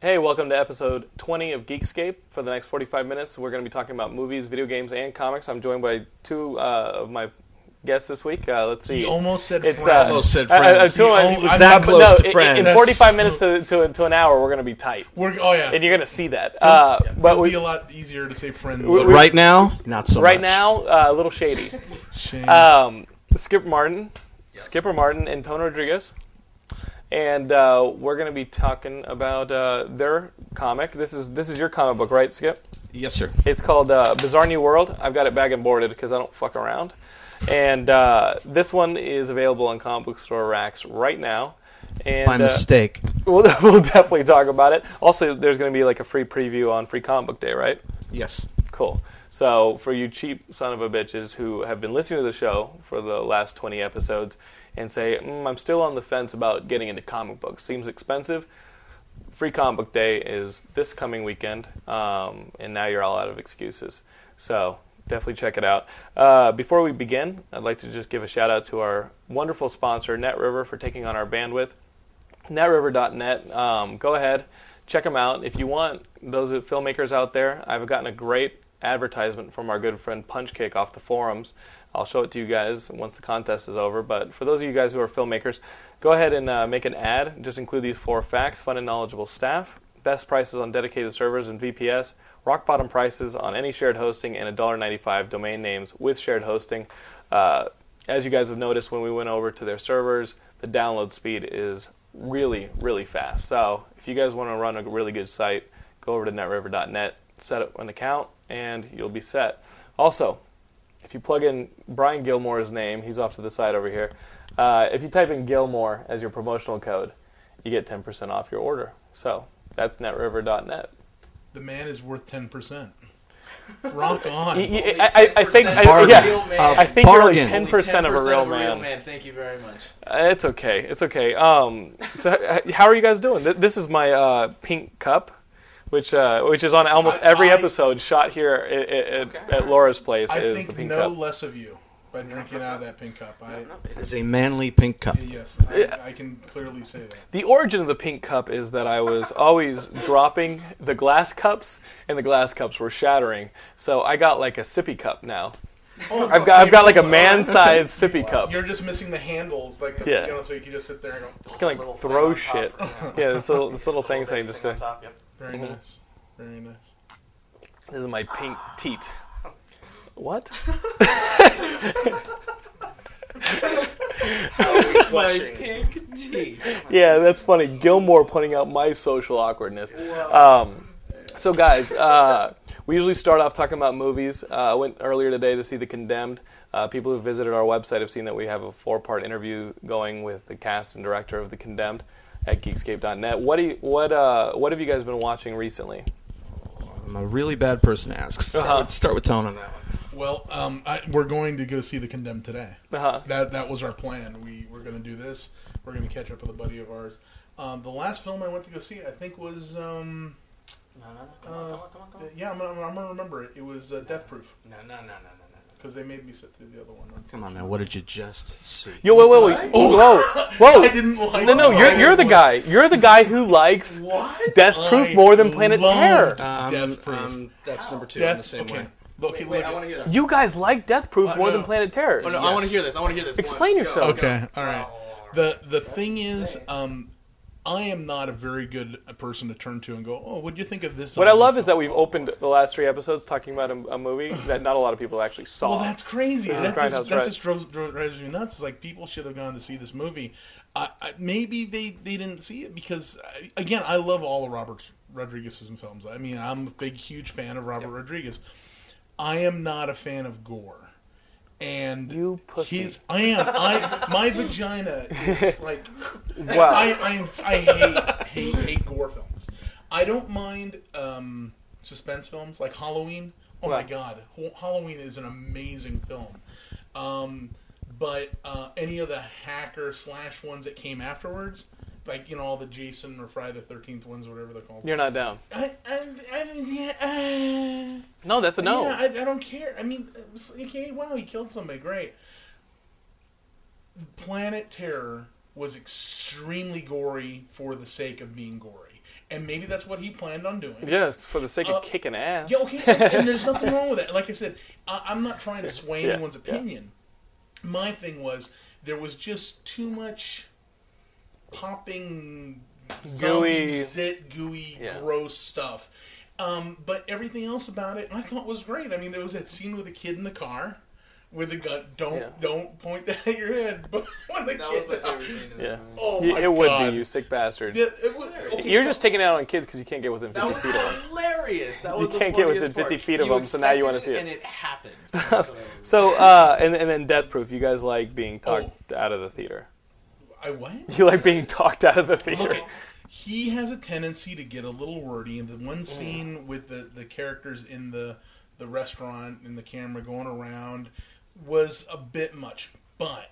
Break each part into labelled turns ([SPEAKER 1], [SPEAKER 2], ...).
[SPEAKER 1] Hey, welcome to episode 20 of Geekscape. For the next 45 minutes, we're going to be talking about movies, video games, and comics. I'm joined by two uh, of my guests this week. Uh, let's see.
[SPEAKER 2] He almost said
[SPEAKER 1] it's,
[SPEAKER 2] friends.
[SPEAKER 1] Uh,
[SPEAKER 3] Almost said
[SPEAKER 1] I- I- I
[SPEAKER 3] friends.
[SPEAKER 1] feel
[SPEAKER 3] He
[SPEAKER 1] like-
[SPEAKER 2] al- was
[SPEAKER 1] but-
[SPEAKER 3] that
[SPEAKER 1] but
[SPEAKER 3] close to
[SPEAKER 1] in- In,
[SPEAKER 3] friends.
[SPEAKER 1] 45 minutes to, to, to an hour, we're going to be tight.
[SPEAKER 2] We're, oh yeah,
[SPEAKER 1] and you're going to see that. Uh, but
[SPEAKER 2] It'd
[SPEAKER 1] we,
[SPEAKER 2] be a lot easier to say friend.
[SPEAKER 1] We-
[SPEAKER 2] than-
[SPEAKER 1] we-
[SPEAKER 3] Right now, not so
[SPEAKER 1] right
[SPEAKER 3] much.
[SPEAKER 1] now, uh, a little shady.
[SPEAKER 2] Shame.
[SPEAKER 1] Um, Skip Martin, Skipper Martin, and Tony Rodriguez. And uh, we're going to be talking about uh, their comic. This is this is your comic book, right, Skip?
[SPEAKER 3] Yes, sir.
[SPEAKER 1] It's called uh, Bizarre New World. I've got it back and boarded because I don't fuck around. And uh, this one is available on comic book store racks right now. And
[SPEAKER 3] By
[SPEAKER 1] uh,
[SPEAKER 3] mistake.
[SPEAKER 1] we'll, we'll definitely talk about it. Also, there's going to be like a free preview on Free Comic Book Day, right?
[SPEAKER 3] Yes.
[SPEAKER 1] Cool. So, for you cheap son of a bitches who have been listening to the show for the last 20 episodes and say, mm, I'm still on the fence about getting into comic books, seems expensive. Free Comic Book Day is this coming weekend, um, and now you're all out of excuses. So, definitely check it out. Uh, before we begin, I'd like to just give a shout out to our wonderful sponsor, NetRiver, for taking on our bandwidth netriver.net. Um, go ahead, check them out. If you want those filmmakers out there, I've gotten a great advertisement from our good friend Punch Kick off the forums. I'll show it to you guys once the contest is over. But for those of you guys who are filmmakers, go ahead and uh, make an ad. Just include these four facts: fun and knowledgeable staff, best prices on dedicated servers and VPS, rock bottom prices on any shared hosting, and $1.95 domain names with shared hosting. Uh, as you guys have noticed, when we went over to their servers, the download speed is really, really fast. So if you guys want to run a really good site, go over to netriver.net, set up an account, and you'll be set. Also, if you plug in Brian Gilmore's name, he's off to the side over here. Uh, if you type in Gilmore as your promotional code, you get 10% off your order. So that's netriver.net.
[SPEAKER 2] the man is worth ten percent. Rock on.
[SPEAKER 1] Y- y- I, I, I think, I,
[SPEAKER 3] Bargain.
[SPEAKER 1] yeah, I think you're like
[SPEAKER 3] Bargain.
[SPEAKER 1] 10%
[SPEAKER 3] Only
[SPEAKER 1] of a real man.
[SPEAKER 4] Thank you very much.
[SPEAKER 1] Uh, It's okay. It's okay. Um, so h- how are you guys doing? Th- This is my uh, pink cup, which uh, which is on almost
[SPEAKER 2] I-
[SPEAKER 1] every
[SPEAKER 2] I-
[SPEAKER 1] episode shot here at, at, at Laura's place.
[SPEAKER 2] I
[SPEAKER 1] is the
[SPEAKER 2] think
[SPEAKER 1] pink
[SPEAKER 2] no
[SPEAKER 1] cup.
[SPEAKER 2] less of you by drinking out of that pink cup. I,
[SPEAKER 3] It's a manly pink cup.
[SPEAKER 2] yes, I, I can clearly say that.
[SPEAKER 1] The origin of the pink cup is that I was always dropping the glass cups, and the glass cups were shattering. So I got like a sippy cup now.
[SPEAKER 2] Oh,
[SPEAKER 1] I've got I've got like a man-sized sippy cup.
[SPEAKER 2] You're just missing the handles, like the,
[SPEAKER 1] Yeah.
[SPEAKER 2] you know, so you can just sit there and go.
[SPEAKER 1] I can like throw shit. Yeah, it's little, it's little things I just say. Mm-hmm.
[SPEAKER 2] Very nice. Very nice.
[SPEAKER 1] This is my pink teat. What?
[SPEAKER 4] My pink tea.
[SPEAKER 1] yeah, that's funny. Gilmore pointing out my social awkwardness. Um, so, guys, uh, we usually start off talking about movies. Uh, I went earlier today to see The Condemned. Uh, people who visited our website have seen that we have a four-part interview going with the cast and director of The Condemned at Geekscape.net. What do you, what uh, what have you guys been watching recently?
[SPEAKER 3] I'm a really bad person to ask. Start,
[SPEAKER 5] Uh-huh.
[SPEAKER 3] with, start with tone on that one.
[SPEAKER 2] Well, um, I, we're going to go see the condemned today.
[SPEAKER 1] Uh-huh.
[SPEAKER 2] That that was our plan. We were going to do this. We're going to catch up with a buddy of ours. Um, the last film I went to go see, I think, was um,
[SPEAKER 4] No, no, no, come on, come on, come on, come on.
[SPEAKER 2] yeah, I'm, I'm, I'm going to remember it. It was uh, Death Proof.
[SPEAKER 4] No, no, no, no, no, no.
[SPEAKER 2] because they made me sit through the other one.
[SPEAKER 3] Come on, man. What did you just see?
[SPEAKER 1] Yo, wait, wait, wait. Whoa, whoa.
[SPEAKER 2] I didn't like
[SPEAKER 1] No, no,
[SPEAKER 2] it.
[SPEAKER 1] you're, you're the guy. You're the guy who likes
[SPEAKER 4] What?
[SPEAKER 1] Death Proof
[SPEAKER 2] I
[SPEAKER 1] more than Planet
[SPEAKER 2] loved
[SPEAKER 1] Terror.
[SPEAKER 3] Um,
[SPEAKER 2] Death proof.
[SPEAKER 3] um, that's number two. I'm
[SPEAKER 2] Death.
[SPEAKER 3] the same
[SPEAKER 2] okay.
[SPEAKER 3] way.
[SPEAKER 2] Look,
[SPEAKER 4] Wait,
[SPEAKER 2] look
[SPEAKER 4] wait, I
[SPEAKER 2] at-
[SPEAKER 4] want to hear this.
[SPEAKER 1] You guys like Death Proof
[SPEAKER 4] Oh,
[SPEAKER 1] more
[SPEAKER 4] no.
[SPEAKER 1] than Planet Terror.
[SPEAKER 4] Oh, no, I want to hear this. I want to hear this.
[SPEAKER 1] Explain
[SPEAKER 4] Go.
[SPEAKER 1] yourself.
[SPEAKER 2] Okay, all right. The the thing is, um, I am not a very good person to turn to and go, oh, what do you think of this?
[SPEAKER 1] What I love is that we've opened the last three episodes talking about a, a movie that not a lot of people actually saw.
[SPEAKER 2] Well, that's crazy. that
[SPEAKER 1] Grindhouse
[SPEAKER 2] just, that
[SPEAKER 1] Red.
[SPEAKER 2] just drove, drove, drives me nuts. It's like people should have gone to see this movie. I, I, maybe they, they didn't see it because, I, again, I love all of Robert Rodriguez's films. I mean, I'm a big, huge fan of Robert Rodriguez. I am not a fan of gore. And
[SPEAKER 1] You pussy.
[SPEAKER 2] His, I am. I my vagina is like.
[SPEAKER 1] Wow.
[SPEAKER 2] I I'm, I hate hate hate gore films. I don't mind um, suspense films like Halloween. Oh
[SPEAKER 1] Right.
[SPEAKER 2] my god, Ho- Halloween is an amazing film. Um, but uh, any of the hacker slash ones that came afterwards, like you know all the Jason or Friday the Thirteenth ones, whatever they're called.
[SPEAKER 1] You're not down.
[SPEAKER 2] I, I, I, yeah, uh,
[SPEAKER 1] No, that's a no.
[SPEAKER 2] yeah, I, I don't care. I mean, uh, it was- okay, wow, he killed somebody. Great. Planet Terror was extremely gory for the sake of being gory, and maybe that's what he planned on doing.
[SPEAKER 1] yes, for the
[SPEAKER 2] Uh,
[SPEAKER 1] sake of kicking ass.
[SPEAKER 2] Yeah, okay, and, and there's nothing wrong with that. Like I said, I, I'm not trying to sway
[SPEAKER 1] Yeah,
[SPEAKER 2] anyone's
[SPEAKER 1] yeah.
[SPEAKER 2] opinion. My thing was there was just too much popping,
[SPEAKER 1] Gooey.
[SPEAKER 2] gooey, zit, gooey,
[SPEAKER 1] Yeah.
[SPEAKER 2] gross stuff. Um, but everything else about it, I thought was great. I mean, there was that scene with the kid in the car. With the gun, don't
[SPEAKER 1] Yeah.
[SPEAKER 2] don't point that at your head. But when the
[SPEAKER 4] That was
[SPEAKER 2] kid,
[SPEAKER 4] my favorite scene. In the
[SPEAKER 1] Yeah.
[SPEAKER 4] movie.
[SPEAKER 2] oh
[SPEAKER 1] Y-
[SPEAKER 2] my
[SPEAKER 1] it would
[SPEAKER 2] God.
[SPEAKER 1] be, you sick bastard.
[SPEAKER 2] Yeah, it Oh, was- okay,
[SPEAKER 1] You're
[SPEAKER 2] so-
[SPEAKER 1] just taking it out on kids because you can't get within
[SPEAKER 4] That
[SPEAKER 1] 50
[SPEAKER 4] was
[SPEAKER 1] feet of them.
[SPEAKER 4] hilarious. That was the
[SPEAKER 1] can't get
[SPEAKER 4] funniest
[SPEAKER 1] within 50
[SPEAKER 4] part.
[SPEAKER 1] feet of them, so now you wanna
[SPEAKER 4] expected
[SPEAKER 1] see it.
[SPEAKER 4] And it happened. That's what I remember.
[SPEAKER 1] So, uh, and, and then Death Proof. You guys like being
[SPEAKER 2] Oh.
[SPEAKER 1] talked out of the theater.
[SPEAKER 2] I what?
[SPEAKER 1] You like being talked out of the theater.
[SPEAKER 2] Look, at, he has a tendency to get a little wordy. And the one scene with the, the characters in the the restaurant and the camera going around was a bit much, but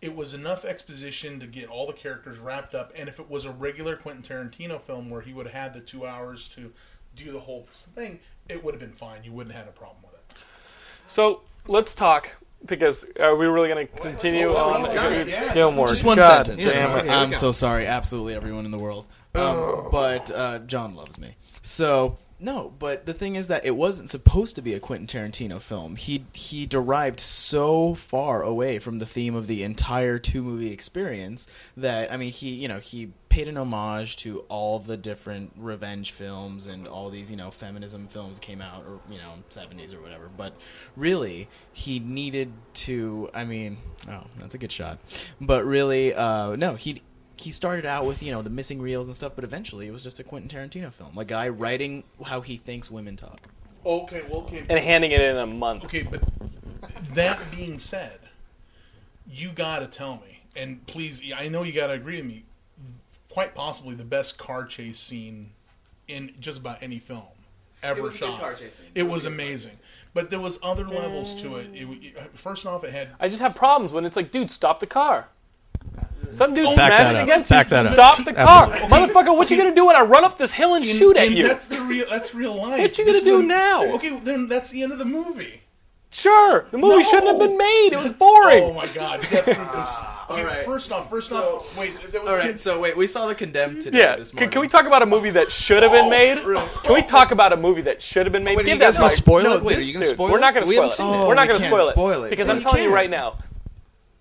[SPEAKER 2] it was enough exposition to get all the characters wrapped up. And if it was a regular Quentin Tarantino film where he would have had the two hours to do the whole thing, it would have been fine. You wouldn't have had a problem with it.
[SPEAKER 1] So let's talk because are we really going to continue on? Gilmore.
[SPEAKER 5] Just one
[SPEAKER 1] God
[SPEAKER 5] sentence.
[SPEAKER 1] Damn it.
[SPEAKER 3] Okay,
[SPEAKER 5] I'm
[SPEAKER 3] we go.
[SPEAKER 5] so sorry, absolutely everyone in the world. Um, but uh, John loves me. So no, but the thing is that it wasn't supposed to be a Quentin Tarantino film. He he derived so far away from the theme of the entire two movie experience that I mean he you know he paid an homage to all the different revenge films and all these you know feminism films came out or you know 70s or whatever but really he needed to i mean oh that's a good shot but really uh no he he started out with you know the missing reels and stuff but eventually it was just a quentin tarantino film a guy writing how he thinks women talk
[SPEAKER 2] Okay, well, okay.
[SPEAKER 1] And handing it in a month.
[SPEAKER 2] Okay, but that being said, you gotta tell me, and please, I know you gotta agree with me. Quite possibly the best car chase scene in just about any film ever
[SPEAKER 4] was a good
[SPEAKER 2] shot.
[SPEAKER 4] car chase scene.
[SPEAKER 2] It,
[SPEAKER 4] It was
[SPEAKER 2] was,
[SPEAKER 4] a good car
[SPEAKER 2] amazing,
[SPEAKER 4] chase scene.
[SPEAKER 2] but there was other levels to it. It, it- First off, it had
[SPEAKER 1] I just have problems when it's like, dude, stop the car. Some dude
[SPEAKER 3] Back
[SPEAKER 1] smashed
[SPEAKER 3] that up.
[SPEAKER 1] against
[SPEAKER 3] Back
[SPEAKER 1] you.
[SPEAKER 3] that up.
[SPEAKER 1] Stop the car,
[SPEAKER 3] Absolutely.
[SPEAKER 1] motherfucker! What you gonna do when I run up this hill and
[SPEAKER 2] and-
[SPEAKER 1] shoot at
[SPEAKER 2] and
[SPEAKER 1] you?
[SPEAKER 2] That's the real. That's real life.
[SPEAKER 1] What you gonna
[SPEAKER 2] This is
[SPEAKER 1] do
[SPEAKER 2] a-
[SPEAKER 1] now?
[SPEAKER 2] Okay, then that's the end of the movie.
[SPEAKER 1] Sure, the movie
[SPEAKER 2] No.
[SPEAKER 1] shouldn't have been made. It was boring.
[SPEAKER 2] Oh my god! Death Proof is-
[SPEAKER 4] Ah,
[SPEAKER 2] okay,
[SPEAKER 5] right.
[SPEAKER 2] First off, first off, wait. There was
[SPEAKER 5] all right so wait we saw the condemned today
[SPEAKER 1] yeah,
[SPEAKER 5] this
[SPEAKER 1] can,
[SPEAKER 5] morning Oh,
[SPEAKER 1] can we talk about a movie that should have been made? Can we talk about a movie that should have been made?
[SPEAKER 5] wait, are
[SPEAKER 1] Give
[SPEAKER 5] you guys
[SPEAKER 1] that
[SPEAKER 5] gonna
[SPEAKER 1] mic-
[SPEAKER 5] spoil
[SPEAKER 1] no,
[SPEAKER 5] it? Wait, are
[SPEAKER 1] this
[SPEAKER 5] you gonna
[SPEAKER 1] dude.
[SPEAKER 5] spoil
[SPEAKER 1] We're
[SPEAKER 5] it?
[SPEAKER 1] not going to
[SPEAKER 5] We
[SPEAKER 1] spoil
[SPEAKER 5] haven't
[SPEAKER 1] it.
[SPEAKER 5] seen it.
[SPEAKER 1] We're not
[SPEAKER 5] Oh,
[SPEAKER 1] going
[SPEAKER 5] we
[SPEAKER 1] to
[SPEAKER 5] can't
[SPEAKER 1] spoil it,
[SPEAKER 5] spoil it.
[SPEAKER 1] because
[SPEAKER 5] No,
[SPEAKER 1] I'm
[SPEAKER 5] you
[SPEAKER 1] telling you
[SPEAKER 5] can't.
[SPEAKER 1] right now,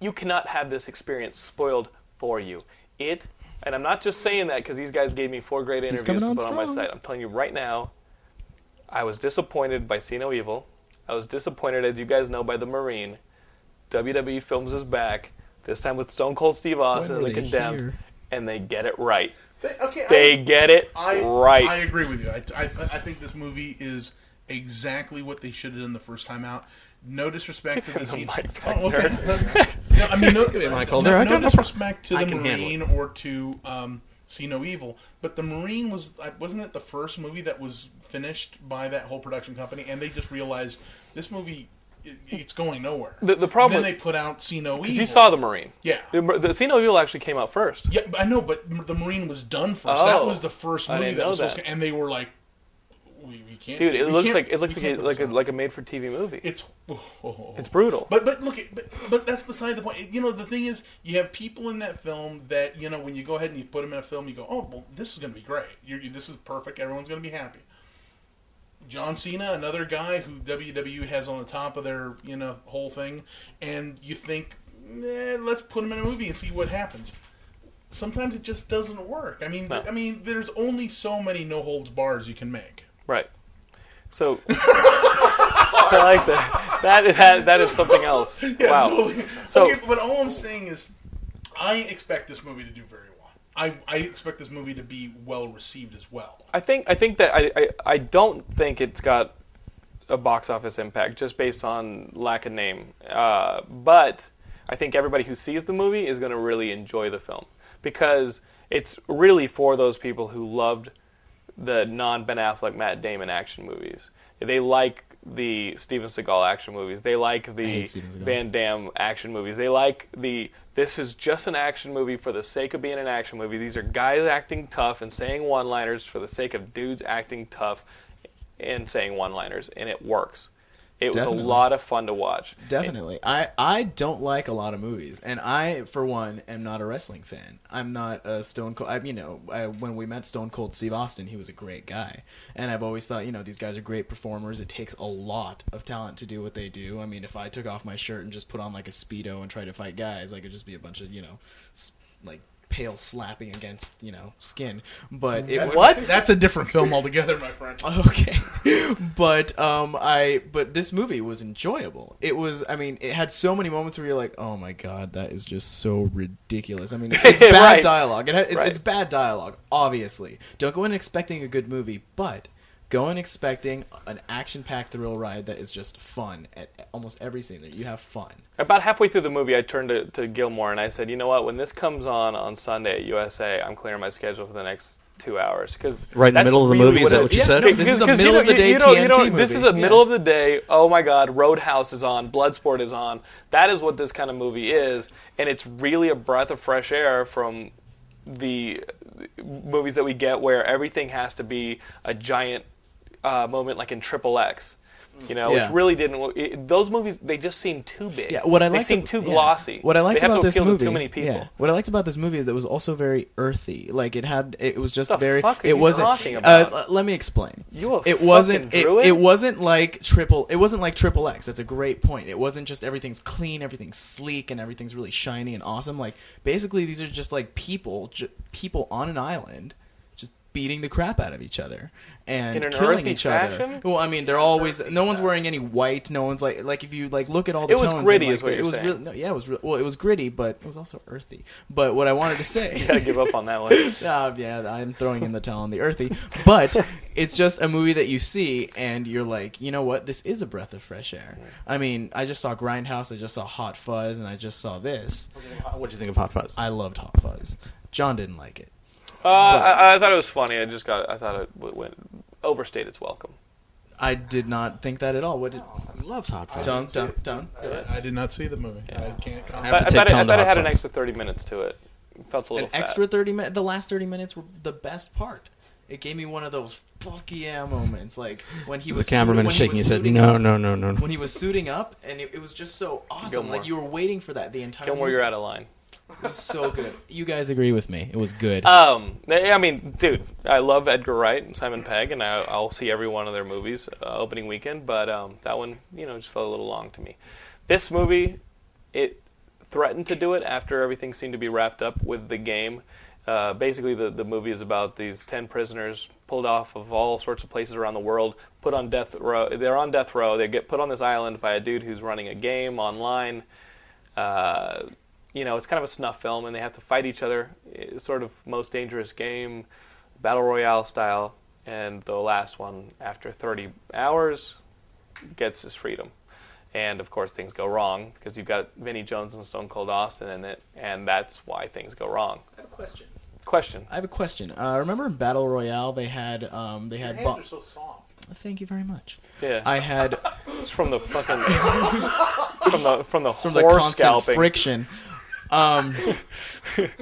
[SPEAKER 1] you cannot have this experience spoiled for you. It, and I'm not just saying that because these guys gave me four great interviews to
[SPEAKER 5] coming
[SPEAKER 1] put
[SPEAKER 5] on
[SPEAKER 1] on my
[SPEAKER 5] strong.
[SPEAKER 1] site. I'm telling you right now, I was disappointed by See No Evil. I was disappointed, as you guys know, by The Marine. WWE Films is back this time with Stone Cold Steve Austin and
[SPEAKER 5] were
[SPEAKER 1] The
[SPEAKER 5] they
[SPEAKER 1] Condemned,
[SPEAKER 5] here?
[SPEAKER 1] and they get it right.
[SPEAKER 2] okay, I-
[SPEAKER 1] They get it
[SPEAKER 2] I,
[SPEAKER 1] right.
[SPEAKER 2] I agree with you. I, I, I think this movie is exactly what they should have done the first time out. No disrespect to the scene.
[SPEAKER 1] mic back
[SPEAKER 2] Oh, okay. no, I mean, no,
[SPEAKER 3] Michael.
[SPEAKER 2] no,
[SPEAKER 3] There, I
[SPEAKER 2] no
[SPEAKER 3] got no
[SPEAKER 2] disrespect to
[SPEAKER 3] I
[SPEAKER 2] the
[SPEAKER 3] can handle
[SPEAKER 2] Marine or to um, See No Evil, but the Marine was I- wasn't it the first movie that was finished by that whole production company, and they just realized this movie it, it's going nowhere.
[SPEAKER 1] The- the problem-
[SPEAKER 2] Then they put out See No Evil.
[SPEAKER 1] You saw the Marine.
[SPEAKER 2] Yeah.
[SPEAKER 1] The, the Sino Evil actually came out first.
[SPEAKER 2] Yeah, but I know, but m- the Marine was done first. that
[SPEAKER 1] Oh,
[SPEAKER 2] was the first
[SPEAKER 1] I
[SPEAKER 2] movie
[SPEAKER 1] didn't
[SPEAKER 2] that
[SPEAKER 1] know
[SPEAKER 2] was supposed
[SPEAKER 1] that.
[SPEAKER 2] to, and they were like, "We we, we can't.
[SPEAKER 1] Dude, it
[SPEAKER 2] we
[SPEAKER 1] looks
[SPEAKER 2] can't-
[SPEAKER 1] like it looks
[SPEAKER 2] we
[SPEAKER 1] like a, like
[SPEAKER 2] can't
[SPEAKER 1] a,
[SPEAKER 2] put this out.
[SPEAKER 1] like a made for TV movie.
[SPEAKER 2] It's
[SPEAKER 1] It's brutal.
[SPEAKER 2] But but look, at, but but that's beside the point. You know, the thing is, you have people in that film that you know when you go ahead and you put them in a film, you go, oh well, this is going to be great. You're, you, this is perfect. Everyone's going to be happy. John Cena, another guy who WWE has on the top of their you know whole thing, and you think, eh, let's put him in a movie and see what happens. Sometimes it just doesn't work. I mean, th- I mean, there's only so many no holds bars you can make.
[SPEAKER 1] Right. So I like that. That is that, that is something else.
[SPEAKER 2] Yeah,
[SPEAKER 1] wow.
[SPEAKER 2] totally.
[SPEAKER 1] So
[SPEAKER 2] okay, but all I'm saying is, I expect this movie to do very well. I, I expect this movie to be well received as well.
[SPEAKER 1] I think I think that I, I I don't think it's got a box office impact just based on lack of name. Uh, but I think everybody who sees the movie is going to really enjoy the film because it's really for those people who loved the non Ben Affleck Matt Damon action movies. They like the Steven Seagal action movies. They like the
[SPEAKER 5] hate Steven Seagal.
[SPEAKER 1] Van Damme action movies. They like the this is just an action movie for the sake of being an action movie. These are guys acting tough and saying one-liners for the sake of dudes acting tough and saying one-liners, and it works. It was
[SPEAKER 5] Definitely.
[SPEAKER 1] a lot of fun to watch.
[SPEAKER 5] Definitely. I, I don't like a lot of movies. And I, for one, am not a wrestling fan. I'm not a Stone Cold. I, you know, I, when we met Stone Cold Steve Austin, he was a great guy. And I've always thought, you know, these guys are great performers. It takes a lot of talent to do what they do. I mean, if I took off my shirt and just put on like a Speedo and tried to fight guys, I could just be a bunch of, you know, s- like pale slapping against, you know, skin. But it would.
[SPEAKER 1] What?
[SPEAKER 2] That's a different film altogether, my friend.
[SPEAKER 5] Okay. but um I but this movie was enjoyable. It was I mean, it had so many moments where you're like, "Oh my god, that is just so ridiculous." I mean, it's bad
[SPEAKER 1] Right.
[SPEAKER 5] dialogue. It, ha- it's,
[SPEAKER 1] Right.
[SPEAKER 5] it's bad dialogue, obviously. Don't go in expecting a good movie, but go in expecting an action-packed thrill ride that is just fun at almost every scene that you have fun.
[SPEAKER 1] About halfway through the movie, I turned to, to Gilmore and I said, "You know what? When this comes on on Sunday at USA, I'm clearing my schedule for the next two hours because
[SPEAKER 3] Right in the middle of the movie, is that what you said?
[SPEAKER 5] This is a middle of the day TNT
[SPEAKER 1] This is
[SPEAKER 5] movie.
[SPEAKER 1] a
[SPEAKER 5] Yeah.
[SPEAKER 1] middle of the day. Oh my God! Roadhouse is on. Bloodsport is on. That is what this kind of movie is, and it's really a breath of fresh air from the movies that we get where everything has to be a giant uh, moment, like in Triple X. You know,
[SPEAKER 5] Yeah.
[SPEAKER 1] which really didn't. It, those movies, they just seem too big.
[SPEAKER 5] Yeah, what I
[SPEAKER 1] they
[SPEAKER 5] liked
[SPEAKER 1] seem
[SPEAKER 5] ab-
[SPEAKER 1] too
[SPEAKER 5] yeah.
[SPEAKER 1] glossy.
[SPEAKER 5] What I liked
[SPEAKER 1] they have
[SPEAKER 5] about
[SPEAKER 1] to
[SPEAKER 5] this
[SPEAKER 1] appeal to
[SPEAKER 5] movie,
[SPEAKER 1] too many people.
[SPEAKER 5] yeah. What I liked about this movie is that it was also very earthy. Like it had, it was just
[SPEAKER 1] The
[SPEAKER 5] very.
[SPEAKER 1] fuck are
[SPEAKER 5] it
[SPEAKER 1] you
[SPEAKER 5] wasn't.
[SPEAKER 1] talking
[SPEAKER 5] uh,
[SPEAKER 1] about?
[SPEAKER 5] l- let me explain.
[SPEAKER 1] You a
[SPEAKER 5] it wasn't.
[SPEAKER 1] fucking
[SPEAKER 5] It,
[SPEAKER 1] druid?
[SPEAKER 5] it wasn't like triple. It wasn't like triple X. That's a great point. It wasn't just everything's clean, everything's sleek, and everything's really shiny and awesome. Like basically, these are just like people, ju- people on an island. just Beating the crap out of each other and
[SPEAKER 1] In an
[SPEAKER 5] killing
[SPEAKER 1] earthy
[SPEAKER 5] each
[SPEAKER 1] fashion?
[SPEAKER 5] other. Well, I mean, they're always no one's wearing any white. No one's like like if you like look at all the
[SPEAKER 1] It was
[SPEAKER 5] tones and,
[SPEAKER 1] gritty
[SPEAKER 5] like,
[SPEAKER 1] is what
[SPEAKER 5] the-
[SPEAKER 1] you're
[SPEAKER 5] it was
[SPEAKER 1] saying.
[SPEAKER 5] really- no, yeah, it was real well, it was gritty, but it was also earthy. But what I wanted to say,
[SPEAKER 1] Gotta give up on that one.
[SPEAKER 5] uh, yeah, I'm throwing in the towel on the earthy, but it's just a movie that you see and you're like, you know what, this is a breath of fresh air. I mean, I just saw Grindhouse, I just saw Hot Fuzz, and I just saw this.
[SPEAKER 3] What do Uh, you think of Hot Fuzz?
[SPEAKER 5] I loved Hot Fuzz. John didn't like it.
[SPEAKER 1] Uh, I, I thought it was funny. I just got. I thought it w- went overstayed its welcome.
[SPEAKER 5] I did not think that at all. What did
[SPEAKER 1] Oh.
[SPEAKER 3] I love Hot Fuzz.
[SPEAKER 5] Tone, Tone, Tone?
[SPEAKER 2] I, I did not see the movie. I can't
[SPEAKER 1] I, I
[SPEAKER 2] comment.
[SPEAKER 3] have to take
[SPEAKER 1] thought, it, I
[SPEAKER 3] time to
[SPEAKER 1] thought it
[SPEAKER 3] hot
[SPEAKER 1] had an
[SPEAKER 3] fuzz.
[SPEAKER 1] extra thirty minutes to it. Felt a
[SPEAKER 5] An
[SPEAKER 1] little fat.
[SPEAKER 5] extra 30 minutes, the last 30 minutes were the best part. It gave me one of those fuck yeah moments, like when he
[SPEAKER 3] The
[SPEAKER 5] was
[SPEAKER 3] cameraman
[SPEAKER 5] when
[SPEAKER 3] is shaking
[SPEAKER 5] was
[SPEAKER 3] his head.
[SPEAKER 5] suiting
[SPEAKER 3] No,
[SPEAKER 5] up."
[SPEAKER 3] no, no, no. no.
[SPEAKER 5] when he was suiting up, and it, it was just so awesome.
[SPEAKER 1] Gilmore.
[SPEAKER 5] Like you were waiting for that the entire.
[SPEAKER 1] Gilmore,
[SPEAKER 5] movie.
[SPEAKER 1] you're out of line.
[SPEAKER 5] It was so good. Uh, You guys agree with me? It was good.
[SPEAKER 1] Um, I I mean, dude, I love Edgar Wright and Simon Pegg, and I, I'll see every one of their movies uh, opening weekend. But um, that one, you know, just felt a little long to me. This movie, it threatened to do it after everything seemed to be wrapped up with the game. Uh, basically, the, the movie is about these ten prisoners pulled off of all sorts of places around the world, put on death row. They're on death row. They get put on this island by a dude who's running a game online uh, you know, it's kind of a snuff film, and they have to fight each other, eh, sort of most dangerous game, battle royale style. And the last one, after 30 hours, gets his freedom. And of course, things go wrong because you've got Vinnie Jones and Stone Cold Austin in it, and that's why things go wrong.
[SPEAKER 5] have a question.
[SPEAKER 1] Question.
[SPEAKER 5] I have a question. Uh, remember in Battle Royale they had um, they had. Bo-
[SPEAKER 2] so soft.
[SPEAKER 5] Thank you very much.
[SPEAKER 1] Yeah.
[SPEAKER 5] I had
[SPEAKER 1] It's from the fucking from the from the
[SPEAKER 5] from the
[SPEAKER 1] horse
[SPEAKER 5] constant
[SPEAKER 1] scalping.
[SPEAKER 5] friction. Um,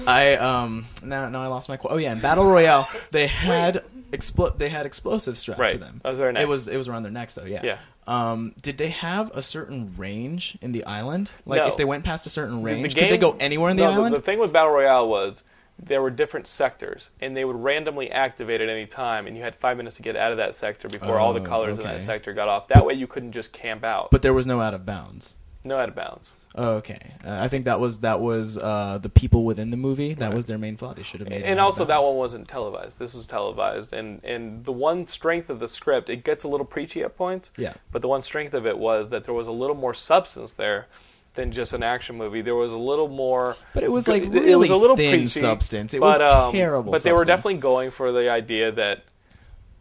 [SPEAKER 5] I um now now I lost my quote. Oh yeah, in Battle Royale they had expl- they had explosives strapped to
[SPEAKER 1] Right.
[SPEAKER 5] them.
[SPEAKER 1] That was their
[SPEAKER 5] It
[SPEAKER 1] necks.
[SPEAKER 5] was it was around their necks though. Yeah.
[SPEAKER 1] Yeah.
[SPEAKER 5] Um, did they have a certain range in the island? Like
[SPEAKER 1] No.
[SPEAKER 5] if they went past a certain
[SPEAKER 1] The
[SPEAKER 5] range,
[SPEAKER 1] game-
[SPEAKER 5] could they go anywhere in the
[SPEAKER 1] no,
[SPEAKER 5] island?
[SPEAKER 1] The, thing with Battle Royale was there were different sectors, and they would randomly activate at any time, and you had five minutes to get out of that sector before all the
[SPEAKER 5] Oh,
[SPEAKER 1] colors in
[SPEAKER 5] okay.
[SPEAKER 1] that sector got off. That way, you couldn't just camp out.
[SPEAKER 5] but there was no out of bounds.
[SPEAKER 1] no out of bounds.
[SPEAKER 5] Oh, okay, uh, I think that was that was uh, the people within the movie. That was their main flaw. They should have made. it
[SPEAKER 1] and
[SPEAKER 5] out of
[SPEAKER 1] also that
[SPEAKER 5] bounds.
[SPEAKER 1] one wasn't televised. This was televised, and and the one strength of the script, it gets a little preachy at points.
[SPEAKER 5] Yeah.
[SPEAKER 1] But the one strength of it was that there was a little more substance there than just an action movie. There was a little more.
[SPEAKER 5] But it was,
[SPEAKER 1] go-
[SPEAKER 5] like,
[SPEAKER 1] it- it
[SPEAKER 5] really
[SPEAKER 1] was a little
[SPEAKER 5] thin
[SPEAKER 1] preachy,
[SPEAKER 5] substance. It
[SPEAKER 1] but,
[SPEAKER 5] was
[SPEAKER 1] um,
[SPEAKER 5] terrible
[SPEAKER 1] But they were
[SPEAKER 5] substance.
[SPEAKER 1] definitely going for the idea that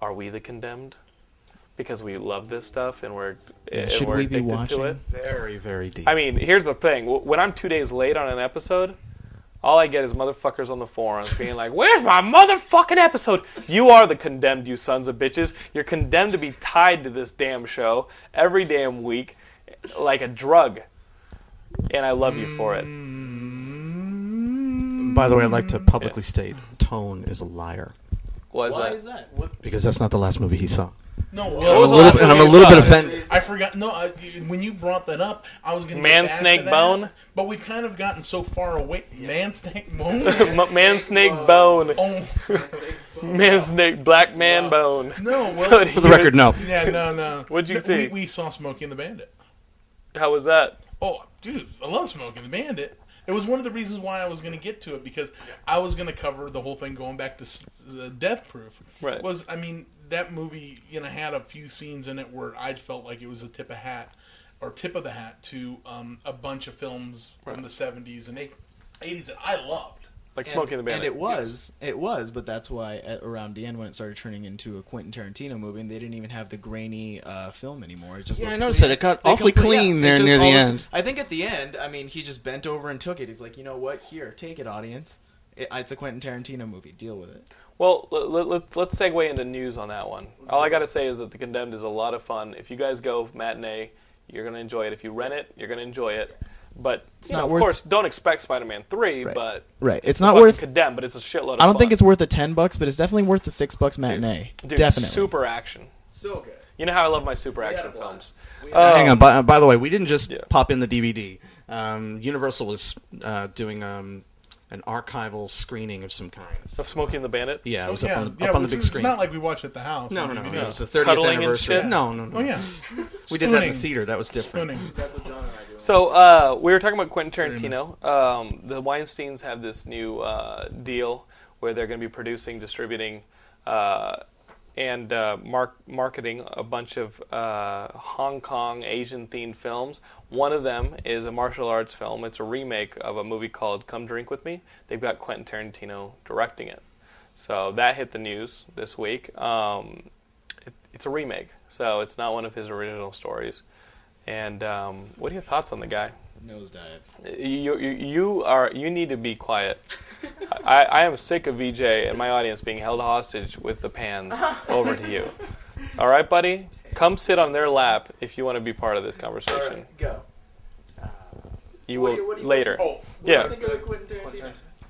[SPEAKER 1] are we the condemned? Because we love this stuff and we're and
[SPEAKER 5] should
[SPEAKER 1] we're
[SPEAKER 5] we be
[SPEAKER 1] addicted
[SPEAKER 5] watching?
[SPEAKER 1] to it.
[SPEAKER 3] Very, very deep.
[SPEAKER 1] I mean, here's the thing. W- When I'm two days late on an episode, all I get is motherfuckers on the forums being like, "Where's my motherfucking episode? You are the condemned, you sons of bitches. You're condemned to be tied to this damn show every damn week, like a drug." And I love you for it.
[SPEAKER 3] By the way, I'd like to publicly state Tone is a liar
[SPEAKER 1] Was
[SPEAKER 4] Why
[SPEAKER 1] that?
[SPEAKER 4] is that?
[SPEAKER 3] because that's not the last movie he saw.
[SPEAKER 2] No,
[SPEAKER 1] What
[SPEAKER 3] I'm a
[SPEAKER 1] was the
[SPEAKER 2] well,
[SPEAKER 3] little
[SPEAKER 1] last
[SPEAKER 3] bit, and I'm a
[SPEAKER 1] movie you
[SPEAKER 3] little bit
[SPEAKER 1] saw?
[SPEAKER 3] offended.
[SPEAKER 2] I forgot. No, I, when you brought that up, I was going to
[SPEAKER 1] Man,
[SPEAKER 2] get back
[SPEAKER 1] snake,
[SPEAKER 2] to that,
[SPEAKER 1] bone?
[SPEAKER 2] But we've kind of gotten so far away. Man, snake, bone.
[SPEAKER 1] M- man, snake, bone.
[SPEAKER 2] oh
[SPEAKER 1] Man, snake, black man, bone.
[SPEAKER 2] no! Well,
[SPEAKER 1] What
[SPEAKER 3] For the record, no.
[SPEAKER 2] yeah, no, no.
[SPEAKER 1] What'd you
[SPEAKER 2] No,
[SPEAKER 1] see?
[SPEAKER 2] We, we saw Smokey and the Bandit.
[SPEAKER 1] How was that?
[SPEAKER 2] Oh, dude, I love Smoking the Bandit. It was one of the reasons why I was going to get to it because I was going to cover the whole thing going back to s- uh, Death Proof.
[SPEAKER 1] Right.
[SPEAKER 2] Was I mean that movie? You know, had a few scenes in it where I felt like it was a tip of hat or tip of the hat to um, a bunch of films from the '70s and eight- '80s that I loved.
[SPEAKER 1] Like
[SPEAKER 5] And-
[SPEAKER 1] smoking the bandit.
[SPEAKER 5] And it was, it was, but that's why at, around the end when it started turning into a Quentin Tarantino movie, and they didn't even have the grainy uh, film anymore. It just
[SPEAKER 3] Yeah,
[SPEAKER 5] looked
[SPEAKER 3] I noticed
[SPEAKER 5] clean.
[SPEAKER 3] that. It got
[SPEAKER 5] They
[SPEAKER 3] awfully
[SPEAKER 5] complete-
[SPEAKER 3] clean
[SPEAKER 5] it
[SPEAKER 3] there
[SPEAKER 5] just
[SPEAKER 3] near the
[SPEAKER 5] all of a s-
[SPEAKER 3] end.
[SPEAKER 5] I think at the end, I mean, he just bent over and took it. He's like, you know what? Here, take it, audience. It, it's a Quentin Tarantino movie. Deal with it.
[SPEAKER 1] Well, let, let, let's segue into news on that one. All I got to say is that The Condemned is a lot of fun. If you guys go matinee, you're going to enjoy it. If you rent it, you're going to enjoy it. But you
[SPEAKER 5] not
[SPEAKER 1] know,
[SPEAKER 5] worth-
[SPEAKER 1] of course, don't expect Spider-Man 3,
[SPEAKER 5] Right.
[SPEAKER 1] but
[SPEAKER 5] Right. It's not
[SPEAKER 1] fucking
[SPEAKER 5] worth.
[SPEAKER 1] Condemned, but it's a shitload of
[SPEAKER 5] I don't think
[SPEAKER 1] fun.
[SPEAKER 5] it's worth the ten bucks, but it's definitely worth the six bucks matinee.
[SPEAKER 1] Dude,
[SPEAKER 5] definitely.
[SPEAKER 1] super action.
[SPEAKER 5] So good.
[SPEAKER 1] You know how I love my super action films.
[SPEAKER 3] Hang on. By, by the way, we didn't just
[SPEAKER 1] Oh. Yeah.
[SPEAKER 3] pop in the DVD. Um, Universal was uh, doing um, an archival screening of some kind. So,
[SPEAKER 1] Of Uh, Smoking the Bandit.
[SPEAKER 3] yeah, it was
[SPEAKER 2] yeah,
[SPEAKER 3] up on, the
[SPEAKER 2] yeah,
[SPEAKER 3] up on the
[SPEAKER 2] which
[SPEAKER 3] big
[SPEAKER 2] is-
[SPEAKER 3] screen.
[SPEAKER 2] It's not like we watched at the house.
[SPEAKER 3] no,
[SPEAKER 2] on
[SPEAKER 3] no, no.
[SPEAKER 2] DVD.
[SPEAKER 3] It was the 30th
[SPEAKER 1] Cuddling and
[SPEAKER 3] anniversary.
[SPEAKER 1] shit?
[SPEAKER 3] No, no, no.
[SPEAKER 2] Oh yeah,
[SPEAKER 3] We did that in
[SPEAKER 2] Spooning.
[SPEAKER 3] the theater. That was different.
[SPEAKER 2] Spooning.
[SPEAKER 1] So uh, we were talking about Quentin Tarantino. Um, the Weinstein's have this new uh, deal where they're going to be producing, distributing, uh, and uh, mark- marketing a bunch of uh, Hong Kong Asian-themed films. One of them is a martial arts film. It's a remake of a movie called Come Drink with Me. They've got Quentin Tarantino directing it. So that hit the news this week. Um, it, it's a remake, so it's not one of his original stories. And um, what are your thoughts on the guy?
[SPEAKER 5] Nosedive.
[SPEAKER 1] You, you, you are you need to be quiet. I, I am sick of VJ and my audience being held hostage with the pans over to you. All right, buddy, come sit on their lap if you want to be part of this conversation. go. You Oh, will later. yeah.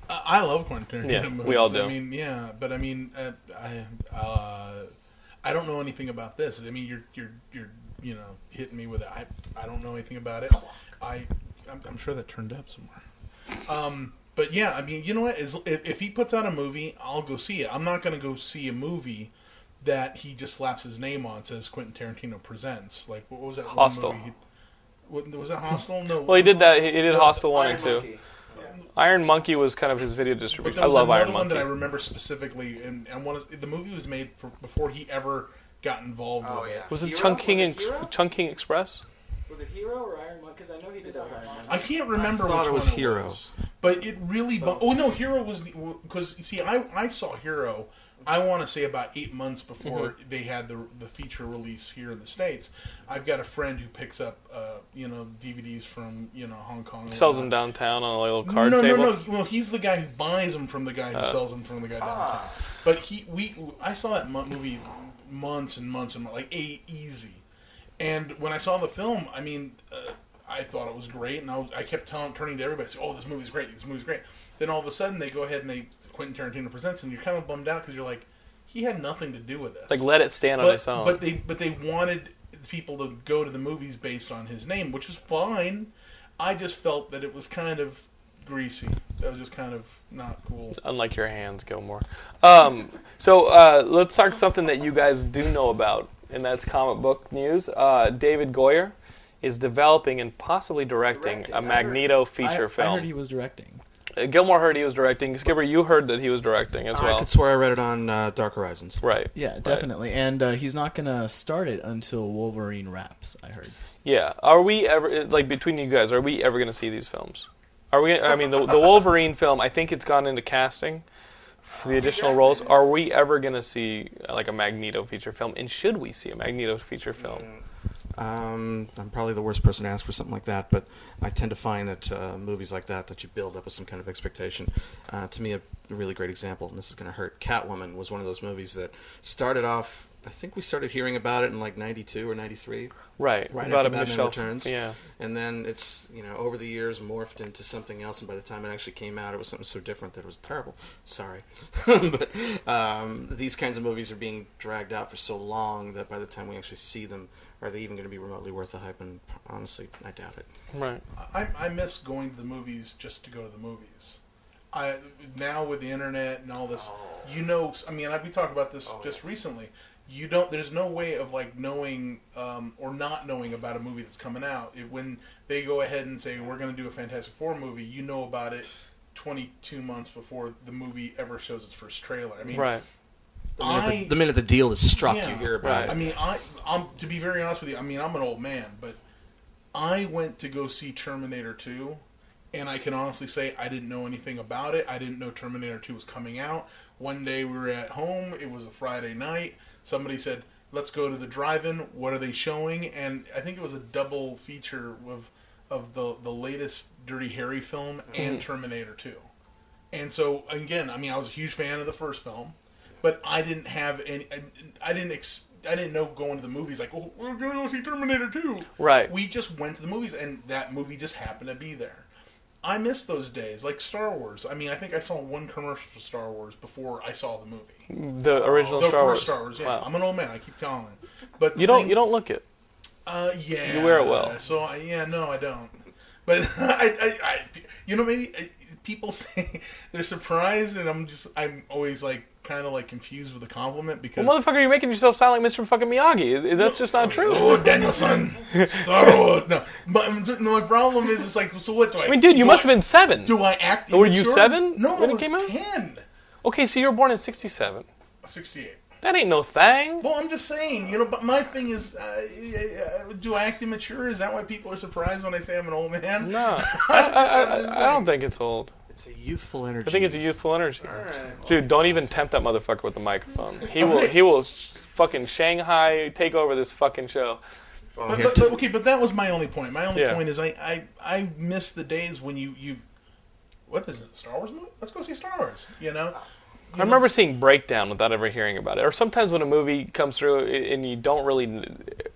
[SPEAKER 2] I I love Quentin Tarantino
[SPEAKER 1] Yeah,
[SPEAKER 2] movies.
[SPEAKER 1] we all do.
[SPEAKER 2] I mean, yeah, but I mean, uh, I uh, I don't know anything about this. I mean, you're you're you're you know hitting me with it. I I don't know anything about it. I I'm, I'm sure that turned up somewhere. Um, but yeah, I mean, you know what? Is if, if he puts out a movie, I'll go see it. I'm not gonna go see a movie that he just slaps his name on says Quentin Tarantino presents. Like what was that? one
[SPEAKER 1] Hostel.
[SPEAKER 2] movie he- what- was that Hostel? No.
[SPEAKER 1] Well, he did that. He, he did Hostel one and two.
[SPEAKER 5] Monkey.
[SPEAKER 1] Iron Monkey was kind of his video
[SPEAKER 2] But
[SPEAKER 1] distribution.
[SPEAKER 2] there
[SPEAKER 1] I
[SPEAKER 2] was
[SPEAKER 1] love
[SPEAKER 2] another
[SPEAKER 1] Iron
[SPEAKER 2] one
[SPEAKER 1] Monkey.
[SPEAKER 2] that I remember specifically, and, and one of, the movie was made pr before he ever got involved with it.
[SPEAKER 1] was it
[SPEAKER 4] Hero?
[SPEAKER 1] Chunking
[SPEAKER 4] Was it
[SPEAKER 1] Ex-
[SPEAKER 4] Hero?
[SPEAKER 1] Chunking Express?
[SPEAKER 4] Was it Hero or Iron Monkey? Because I know he did Iron Monkey.
[SPEAKER 2] I can't remember
[SPEAKER 3] thought
[SPEAKER 2] which
[SPEAKER 3] it was
[SPEAKER 2] one
[SPEAKER 3] Hero.
[SPEAKER 2] was, but it really. Bu- oh no, Hero was because see, I I saw Hero. I want to say about eight months before they had the the feature release here in the states. I've got a friend who picks up uh, you know DVDs from you know Hong Kong. and
[SPEAKER 1] Sells them
[SPEAKER 2] whatnot.
[SPEAKER 1] downtown on a little card
[SPEAKER 2] no,
[SPEAKER 1] table. Oh. Ah.
[SPEAKER 2] No, no, no. Well, he's the guy who buys them from the guy who sells them from the guy downtown. But he, we, I saw that mo- movie months and months and months, like eight easy. And when I saw the film, I mean, uh, I thought it was great, and I, was, I kept telling, turning to everybody, saying, "Oh, this movie's great! This movie's great!" Then all of a sudden, they go ahead and they Quentin Tarantino presents, and you're kind of bummed out because you're like, he had nothing to do with this.
[SPEAKER 1] Like let it stand on
[SPEAKER 2] but,
[SPEAKER 1] its own.
[SPEAKER 2] but they but they wanted people to go to the movies based on his name, which is fine. I just felt that it was kind of greasy. That was just kind of not cool.
[SPEAKER 1] Unlike your hands, Gilmore. Um, so uh, let's talk something that you guys do know about, and that's comic book news. Uh, David Goyer is developing and possibly directing,
[SPEAKER 4] Directing. I
[SPEAKER 1] a
[SPEAKER 4] heard-
[SPEAKER 1] Magneto
[SPEAKER 5] I,
[SPEAKER 1] feature
[SPEAKER 5] I
[SPEAKER 1] film.
[SPEAKER 5] heard he was directing.
[SPEAKER 1] Uh, Gilmore heard he was directing. Skipper, you heard that he was directing as
[SPEAKER 3] I
[SPEAKER 1] well.
[SPEAKER 3] could swear I read it on uh, Dark Horizons.
[SPEAKER 1] Right.
[SPEAKER 5] Yeah,
[SPEAKER 1] Right.
[SPEAKER 5] definitely. And uh, he's not gonna start it until Wolverine wraps. I heard.
[SPEAKER 1] Yeah. Are we ever like between you guys? Are we ever going to see these films? Are we? I mean, the the Wolverine film. I think it's gone into casting. for The additional roles. Are we ever going to see uh, like a Magneto feature film? And should we see a Magneto feature film?
[SPEAKER 3] Um, I'm probably the worst person to ask for something like that, but I tend to find that uh, movies like that that you build up with some kind of expectation. Uh, to me, a really great example, and this is going to hurt. Catwoman was one of those movies that started off. I think we started hearing about it in like '92 or '93.
[SPEAKER 1] Right,
[SPEAKER 3] Right
[SPEAKER 1] about
[SPEAKER 3] after
[SPEAKER 1] a
[SPEAKER 3] Batman
[SPEAKER 1] Michelle-
[SPEAKER 3] Returns.
[SPEAKER 1] yeah.
[SPEAKER 3] And then it's you know over the years morphed into something else, and by the time it actually came out, it was something so different that it was terrible. Sorry, but um, these kinds of movies are being dragged out for so long that by the time we actually see them, are they even going to be remotely worth the hype? And honestly, I doubt it.
[SPEAKER 1] Right.
[SPEAKER 2] I, I miss going to the movies just to go to the movies. I now with the internet and all this, you know. I mean, I, we talked about this just recently. You don't. There's no way of like knowing um, or not knowing about a movie that's coming out. It, when they go ahead and say we're going to do a Fantastic Four movie, you know about it 22 months before the movie ever shows its first trailer. I mean,
[SPEAKER 1] Right.
[SPEAKER 3] The minute,
[SPEAKER 2] I-
[SPEAKER 3] the, the, minute the deal is struck, you hear about
[SPEAKER 1] Right.
[SPEAKER 3] it.
[SPEAKER 2] I mean, I, I'm to be very honest with you. I mean, I'm an old man, but I went to go see Terminator 2, and I can honestly say I didn't know anything about it. I didn't know Terminator 2 was coming out. One day we were at home. It was a Friday night. Somebody said, "Let's go to the drive-in. What are they showing?" And I think it was a double feature of of the the latest Dirty Harry film and Terminator 2. And so again, I mean, I was a huge fan of the first film, but I didn't have any. I, I didn't. Ex, I didn't know going to the movies like, oh, we're going to go see Terminator Two.
[SPEAKER 1] Right.
[SPEAKER 2] We just went to the movies, and that movie just happened to be there. I miss those days, like Star Wars. I mean, I think I saw one commercial for Star Wars before I saw the movie.
[SPEAKER 1] The original
[SPEAKER 2] the
[SPEAKER 1] Star
[SPEAKER 2] first
[SPEAKER 1] Wars.
[SPEAKER 2] Star Wars. Yeah,
[SPEAKER 1] Wow.
[SPEAKER 2] I'm an old man. I keep telling. it. But the
[SPEAKER 1] you don't.
[SPEAKER 2] thing-
[SPEAKER 1] You don't look it.
[SPEAKER 2] uh, yeah.
[SPEAKER 1] You wear it well.
[SPEAKER 2] So I- yeah, no, I don't. But I, I, I you know, maybe I, people say they're surprised, and I'm just, I'm always like, kind of like confused with the compliment because.
[SPEAKER 1] Well, motherfucker, you're making yourself sound like Mr. Fucking Miyagi. That's just not true.
[SPEAKER 2] Oh, Danielson, Star Wars. No, but um, no, my problem is, it's like, so what do I?
[SPEAKER 1] I mean, dude, you
[SPEAKER 2] do
[SPEAKER 1] must
[SPEAKER 2] I-
[SPEAKER 1] have been seven.
[SPEAKER 2] Do I act?
[SPEAKER 1] Were you
[SPEAKER 2] immature?
[SPEAKER 1] seven
[SPEAKER 2] No,
[SPEAKER 1] when it
[SPEAKER 2] I was
[SPEAKER 1] came out?
[SPEAKER 2] ten.
[SPEAKER 1] Okay, so you were born in '67.
[SPEAKER 2] 68.
[SPEAKER 1] That ain't no thing.
[SPEAKER 2] Well, I'm just saying, you know. But my thing is, uh, uh, uh, do I act immature? Is that why people are surprised when I say I'm an old man?
[SPEAKER 1] No, I, I, I, I don't think it's old.
[SPEAKER 3] It's a youthful energy.
[SPEAKER 1] I think it's a youthful energy. Dude, don't even tempt that motherfucker with the microphone. He will. He will sh- fucking Shanghai take over this fucking show.
[SPEAKER 2] But, but, but- okay, but that was my only point. My only
[SPEAKER 1] Yeah.
[SPEAKER 2] point is I, I I miss the days when you you what is it Star Wars movie? Let's go see Star Wars. You know,
[SPEAKER 1] I remember seeing Breakdown without ever hearing about it. Or sometimes when a movie comes through a- and you don't really,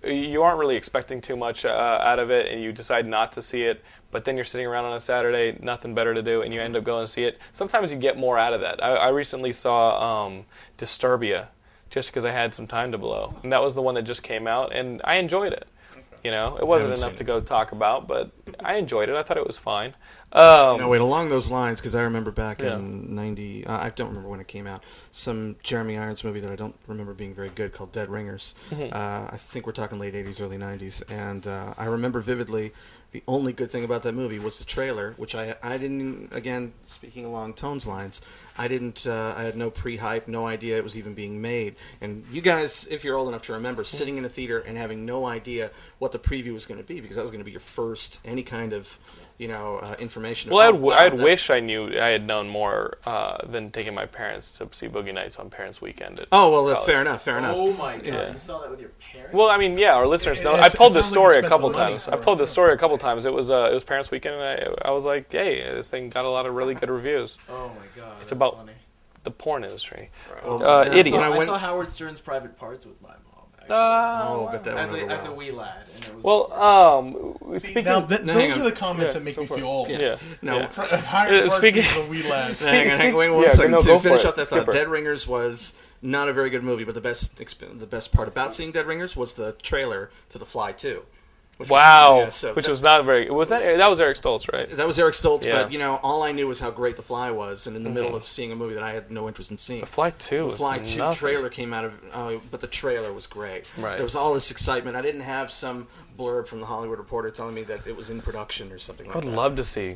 [SPEAKER 1] you aren't really expecting too much uh, out of it, and you decide not to see it. But then you're sitting around on a Saturday, nothing better to do, and you end up going to see it. Sometimes you get more out of that. I, I recently saw um, Disturbia, just because I had some time to blow, and that was the one that just came out, and I enjoyed it. You know, it wasn't
[SPEAKER 3] Haven't
[SPEAKER 1] enough
[SPEAKER 3] seen
[SPEAKER 1] to go
[SPEAKER 3] it.
[SPEAKER 1] talk about, but I enjoyed it. I thought it was fine. Um,
[SPEAKER 3] No, wait, along those lines, because I remember back
[SPEAKER 1] Yeah.
[SPEAKER 3] in 90, uh, I don't remember when it came out, some Jeremy Irons movie that I don't remember being very good called Dead Ringers. Uh, I think we're talking late 80s, early 90s. And uh, I remember vividly the only good thing about that movie was the trailer, which I, I didn't, again, speaking along Tone's lines, I didn't, uh, I had no pre hype, no idea it was even being made. And you guys, if you're old enough to remember, sitting in a theater and having no idea what the preview was going to be, because that was going to be your first, any kind of. You know, uh, information.
[SPEAKER 1] Well, I'd,
[SPEAKER 3] about-
[SPEAKER 1] w- I'd
[SPEAKER 3] that's-
[SPEAKER 1] wish I knew I had known more uh, than taking my parents to see Boogie Nights on Parents' Weekend. At
[SPEAKER 3] Oh well, uh,
[SPEAKER 1] college.
[SPEAKER 3] fair enough, fair enough.
[SPEAKER 4] Oh my god, you saw that with your parents?
[SPEAKER 1] Well, I mean, yeah, our listeners know.
[SPEAKER 2] It-
[SPEAKER 1] I've told this
[SPEAKER 2] it sounds like you
[SPEAKER 1] story a
[SPEAKER 2] spent
[SPEAKER 1] couple
[SPEAKER 2] the money
[SPEAKER 1] times.
[SPEAKER 2] somewhere,
[SPEAKER 1] I've told this
[SPEAKER 2] too.
[SPEAKER 1] story a couple times. It was uh, it was Parents' Weekend, and I, I was like, hey, this thing got a lot of really good reviews.
[SPEAKER 4] oh my god, it's
[SPEAKER 1] about-
[SPEAKER 4] funny.
[SPEAKER 1] the porn industry.
[SPEAKER 3] Well,
[SPEAKER 1] Uh,
[SPEAKER 3] yeah,
[SPEAKER 1] idiot.
[SPEAKER 3] so
[SPEAKER 4] So
[SPEAKER 3] when
[SPEAKER 4] I,
[SPEAKER 3] I went-
[SPEAKER 4] saw Howard Stern's Private Parts with my mom.
[SPEAKER 5] actually.
[SPEAKER 3] Oh, but that
[SPEAKER 5] as
[SPEAKER 3] went
[SPEAKER 5] a,
[SPEAKER 3] over
[SPEAKER 5] as a
[SPEAKER 3] well.
[SPEAKER 5] wee lad, and it was
[SPEAKER 1] Uh, Well, um,
[SPEAKER 2] See,
[SPEAKER 1] speaking
[SPEAKER 2] now, th-
[SPEAKER 3] No, hang
[SPEAKER 2] those
[SPEAKER 3] on.
[SPEAKER 2] are the comments
[SPEAKER 1] Yeah,
[SPEAKER 2] that make
[SPEAKER 1] go
[SPEAKER 2] me
[SPEAKER 1] for it.
[SPEAKER 2] feel old.
[SPEAKER 1] yeah,
[SPEAKER 3] No.
[SPEAKER 1] yeah.
[SPEAKER 2] Fr- Higher
[SPEAKER 1] Uh,
[SPEAKER 2] parts
[SPEAKER 1] speaking-
[SPEAKER 2] of the wee lad.
[SPEAKER 3] Hang on, hang on, wait one
[SPEAKER 1] yeah,
[SPEAKER 3] second
[SPEAKER 1] no, go
[SPEAKER 3] to
[SPEAKER 1] for
[SPEAKER 3] finish
[SPEAKER 1] it.
[SPEAKER 3] off that thought.
[SPEAKER 1] Skipper.
[SPEAKER 3] Dead Ringers was not a very good movie, but the best exp- the best part about seeing Dead Ringers was the trailer to The Fly Two. which was-
[SPEAKER 1] Wow,
[SPEAKER 3] yeah, so
[SPEAKER 1] which
[SPEAKER 3] that-
[SPEAKER 1] was not very. Was that that was Eric Stoltz, right?
[SPEAKER 3] That was Eric Stoltz,
[SPEAKER 1] Yeah. Mm-hmm.
[SPEAKER 3] but you know, all I knew was how great The Fly was, and in the middle of seeing a movie that I had no interest in seeing, The
[SPEAKER 1] Fly 2
[SPEAKER 3] The
[SPEAKER 1] was
[SPEAKER 3] Fly Two
[SPEAKER 1] nothing.
[SPEAKER 3] trailer came out of, oh, but the trailer was great.
[SPEAKER 1] Right.
[SPEAKER 3] there was all this excitement. I didn't have some blurb from the Hollywood Reporter telling me that it was in production or something
[SPEAKER 1] I
[SPEAKER 3] like
[SPEAKER 1] would
[SPEAKER 3] that.
[SPEAKER 1] love to see.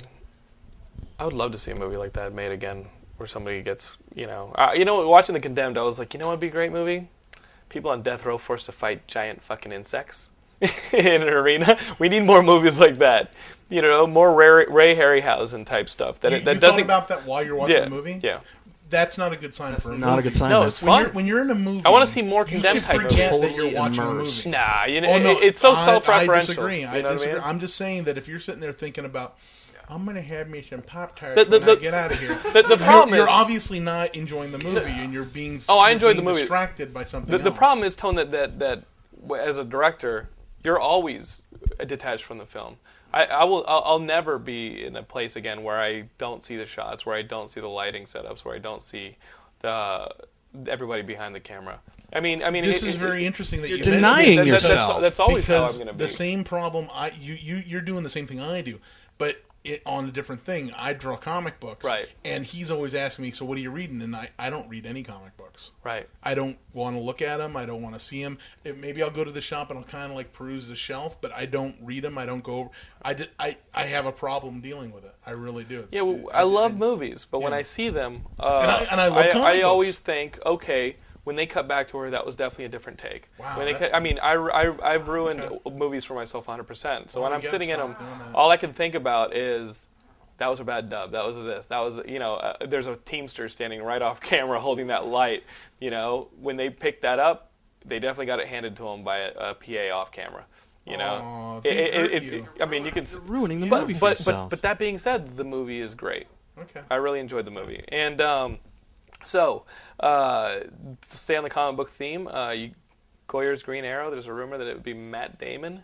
[SPEAKER 1] I would love to see a movie like that made again, where somebody gets, you know, uh, you know, watching The Condemned, I was like, you know, what'd be a great movie? People on death row forced to fight giant fucking insects in an arena. We need more movies like that. You know, more Ray, Ray Harryhausen type stuff. That
[SPEAKER 2] You,
[SPEAKER 1] it that
[SPEAKER 2] you thought
[SPEAKER 1] doesn't.
[SPEAKER 2] about that while you're watching
[SPEAKER 1] yeah,
[SPEAKER 2] the movie?
[SPEAKER 1] yeah.
[SPEAKER 2] That's not a good sign for a
[SPEAKER 3] Not a good
[SPEAKER 2] movie.
[SPEAKER 3] sign.
[SPEAKER 1] No,
[SPEAKER 3] though.
[SPEAKER 1] it's
[SPEAKER 2] When you're,
[SPEAKER 1] Fun.
[SPEAKER 2] when you're in a movie,
[SPEAKER 1] I wanna see more
[SPEAKER 2] you should
[SPEAKER 1] condemned type
[SPEAKER 2] forget
[SPEAKER 3] movies.
[SPEAKER 2] that you're
[SPEAKER 3] Totally
[SPEAKER 2] watching
[SPEAKER 3] immersed.
[SPEAKER 2] a movie.
[SPEAKER 1] Nah, you know,
[SPEAKER 2] Oh, no,
[SPEAKER 1] it- it's so
[SPEAKER 2] I-
[SPEAKER 1] self-referential.
[SPEAKER 2] I disagree. I
[SPEAKER 1] you know what
[SPEAKER 2] disagree.
[SPEAKER 1] mean?
[SPEAKER 2] I'm just saying that if you're sitting there thinking about, I'm gonna have me some pop tarts
[SPEAKER 1] The- the-
[SPEAKER 2] when I
[SPEAKER 1] the-
[SPEAKER 2] get out of here.
[SPEAKER 1] the- the
[SPEAKER 2] you're,
[SPEAKER 1] problem
[SPEAKER 2] you're
[SPEAKER 1] is-
[SPEAKER 2] obviously not enjoying the movie, and you're being
[SPEAKER 1] Oh, I
[SPEAKER 2] you're
[SPEAKER 1] enjoyed
[SPEAKER 2] being
[SPEAKER 1] the movie.
[SPEAKER 2] Distracted by something.
[SPEAKER 1] the, the
[SPEAKER 2] else.
[SPEAKER 1] problem is tone that, that that w- as a director you're always detached from the film I, I will I'll, I'll never be in a place again where I don't see the shots where I don't see the lighting setups where I don't see the everybody behind the camera I mean I mean
[SPEAKER 2] This
[SPEAKER 1] is
[SPEAKER 2] is very interesting that you're
[SPEAKER 3] denying
[SPEAKER 1] that, that-
[SPEAKER 3] yourself.
[SPEAKER 1] that's, that's always how I'm
[SPEAKER 2] because
[SPEAKER 1] going to be
[SPEAKER 2] the same problem I you you you're doing the same thing I do, but it, on a different thing. I draw comic books,
[SPEAKER 1] Right.
[SPEAKER 2] And he's always asking me, "So what are you reading?" And I I don't read any comic books,
[SPEAKER 1] right
[SPEAKER 2] I don't want to look at them. I don't want to see them. It, maybe I'll go to the shop and I'll kind of like peruse the shelf, but I don't read them. I don't go. Over, I, di- I I have a problem dealing with it. I really do. It's-
[SPEAKER 1] Yeah, well, I love movies, but when I see them, uh,
[SPEAKER 2] And I- and I love comic
[SPEAKER 1] I
[SPEAKER 2] books.
[SPEAKER 1] always think, okay, when they cut back to her, that was definitely a different take.
[SPEAKER 2] Wow,
[SPEAKER 1] When they
[SPEAKER 2] that's-
[SPEAKER 1] cut, I mean, I, I, have ruined movies for myself 100%. So when
[SPEAKER 2] Well, Oh, you
[SPEAKER 1] I'm
[SPEAKER 2] gotta
[SPEAKER 1] sitting in them,
[SPEAKER 2] stop doing that.
[SPEAKER 1] all I can think about is that was a bad dub. That was this. That was you know. Uh, there's a teamster standing right off camera holding that light. You know, when they picked that up, they definitely got it handed to them by a, a PA off camera. You know,
[SPEAKER 2] Aw, they hurt you.
[SPEAKER 1] I mean, you can s-
[SPEAKER 3] ruining the
[SPEAKER 1] but,
[SPEAKER 3] movie for
[SPEAKER 1] but,
[SPEAKER 3] yourself.
[SPEAKER 1] But, but that being said, the movie is great.
[SPEAKER 2] Okay.
[SPEAKER 1] I really enjoyed the movie. And um, so, uh, to stay on the comic book theme, uh, you, Goyer's Green Arrow, there's a rumor that it would be Matt Damon.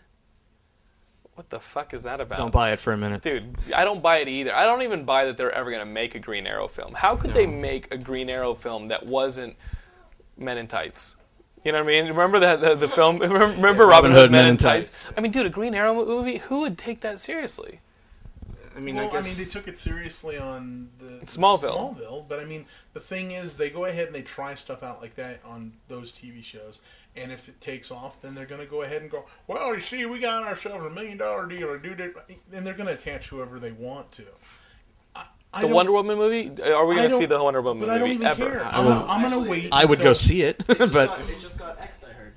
[SPEAKER 1] What the fuck is that about?
[SPEAKER 3] Don't buy it for a minute.
[SPEAKER 1] Dude, I don't buy it either. I don't even buy that they're ever going to make a Green Arrow film. How could they make a Green Arrow film that wasn't Men in Tights? You know what I mean? Remember that the, the film? Remember, remember Robin, Hood, Men, in Tights? I mean, dude, a Green Arrow movie? Who would take that seriously?
[SPEAKER 3] I mean,
[SPEAKER 2] Well,
[SPEAKER 3] I
[SPEAKER 2] I,
[SPEAKER 3] guess
[SPEAKER 2] mean, they took it seriously on the
[SPEAKER 1] Smallville.
[SPEAKER 2] Smallville, but I mean, the thing is, they go ahead and they try stuff out like that on those TV shows, and if it takes off, then they're going to go ahead and go, "Well, you see, we got ourselves a million dollar deal, or do that," and they're going to attach whoever they want to. I, I
[SPEAKER 1] The
[SPEAKER 2] don't-
[SPEAKER 1] Wonder Woman movie? Are we
[SPEAKER 2] I
[SPEAKER 1] going to
[SPEAKER 2] don't-
[SPEAKER 1] see the Wonder Woman
[SPEAKER 2] but
[SPEAKER 1] movie
[SPEAKER 2] I don't even
[SPEAKER 1] ever?
[SPEAKER 2] care. I'm, gonna- I'm going to wait.
[SPEAKER 3] I would
[SPEAKER 2] until-
[SPEAKER 3] go see it, but
[SPEAKER 4] got, it just got X'd, I heard.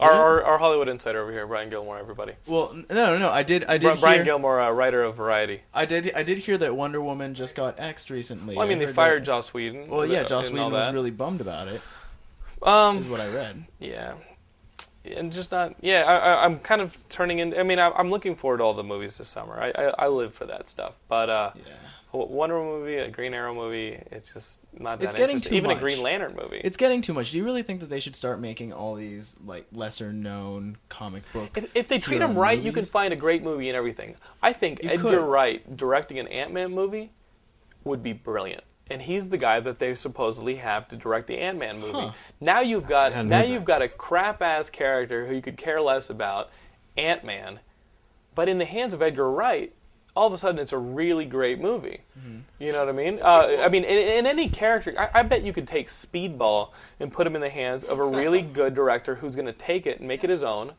[SPEAKER 1] Our, our, our Hollywood insider over here, Brian Gilmore, everybody.
[SPEAKER 5] well, n- no, no, no. I did, I did
[SPEAKER 1] Bri- Brian
[SPEAKER 5] hear,
[SPEAKER 1] Gilmore, uh, writer of Variety.
[SPEAKER 5] I did, I did hear that Wonder Woman just got axed recently.
[SPEAKER 1] Well, I mean, they
[SPEAKER 5] heard
[SPEAKER 1] fired
[SPEAKER 5] that-
[SPEAKER 1] Joss Whedon.
[SPEAKER 5] Well,
[SPEAKER 1] and
[SPEAKER 5] yeah,
[SPEAKER 1] the-
[SPEAKER 5] Joss
[SPEAKER 1] and all
[SPEAKER 5] Whedon was
[SPEAKER 1] that.
[SPEAKER 5] really bummed about it.
[SPEAKER 1] Um,
[SPEAKER 5] Is what I read.
[SPEAKER 1] Yeah, and just not. Yeah, I, I, I'm kind of turning in. I mean, I, I'm looking forward to all the movies this summer. I, I, I live for that stuff. But uh,
[SPEAKER 5] Yeah.
[SPEAKER 1] w- Wonder Woman movie, a Green Arrow movie, it's just not that.
[SPEAKER 5] It's getting
[SPEAKER 1] interesting.
[SPEAKER 5] too
[SPEAKER 1] even a
[SPEAKER 5] much.
[SPEAKER 1] Green Lantern movie.
[SPEAKER 5] It's getting too much. Do you really think that they should start making all these like lesser known comic book?
[SPEAKER 1] if, if they treat
[SPEAKER 5] hero
[SPEAKER 1] him right, you can
[SPEAKER 5] movies?
[SPEAKER 1] find a great movie and everything. I think
[SPEAKER 5] You
[SPEAKER 1] Edgar
[SPEAKER 5] could.
[SPEAKER 1] Wright directing an Ant Man movie would be brilliant. And he's the guy that they supposedly have to direct the Ant Man movie. Now you've got
[SPEAKER 3] hadn't
[SPEAKER 1] now
[SPEAKER 3] heard that.
[SPEAKER 1] you've got a crap ass character who you could care less about, Ant Man, but in the hands of Edgar Wright, all of a sudden it's a really great movie. You know what I mean? Uh, I mean, in, in any character, I, I bet you could take Speedball and put him in the hands of a really good director who's going to take it and make it his own.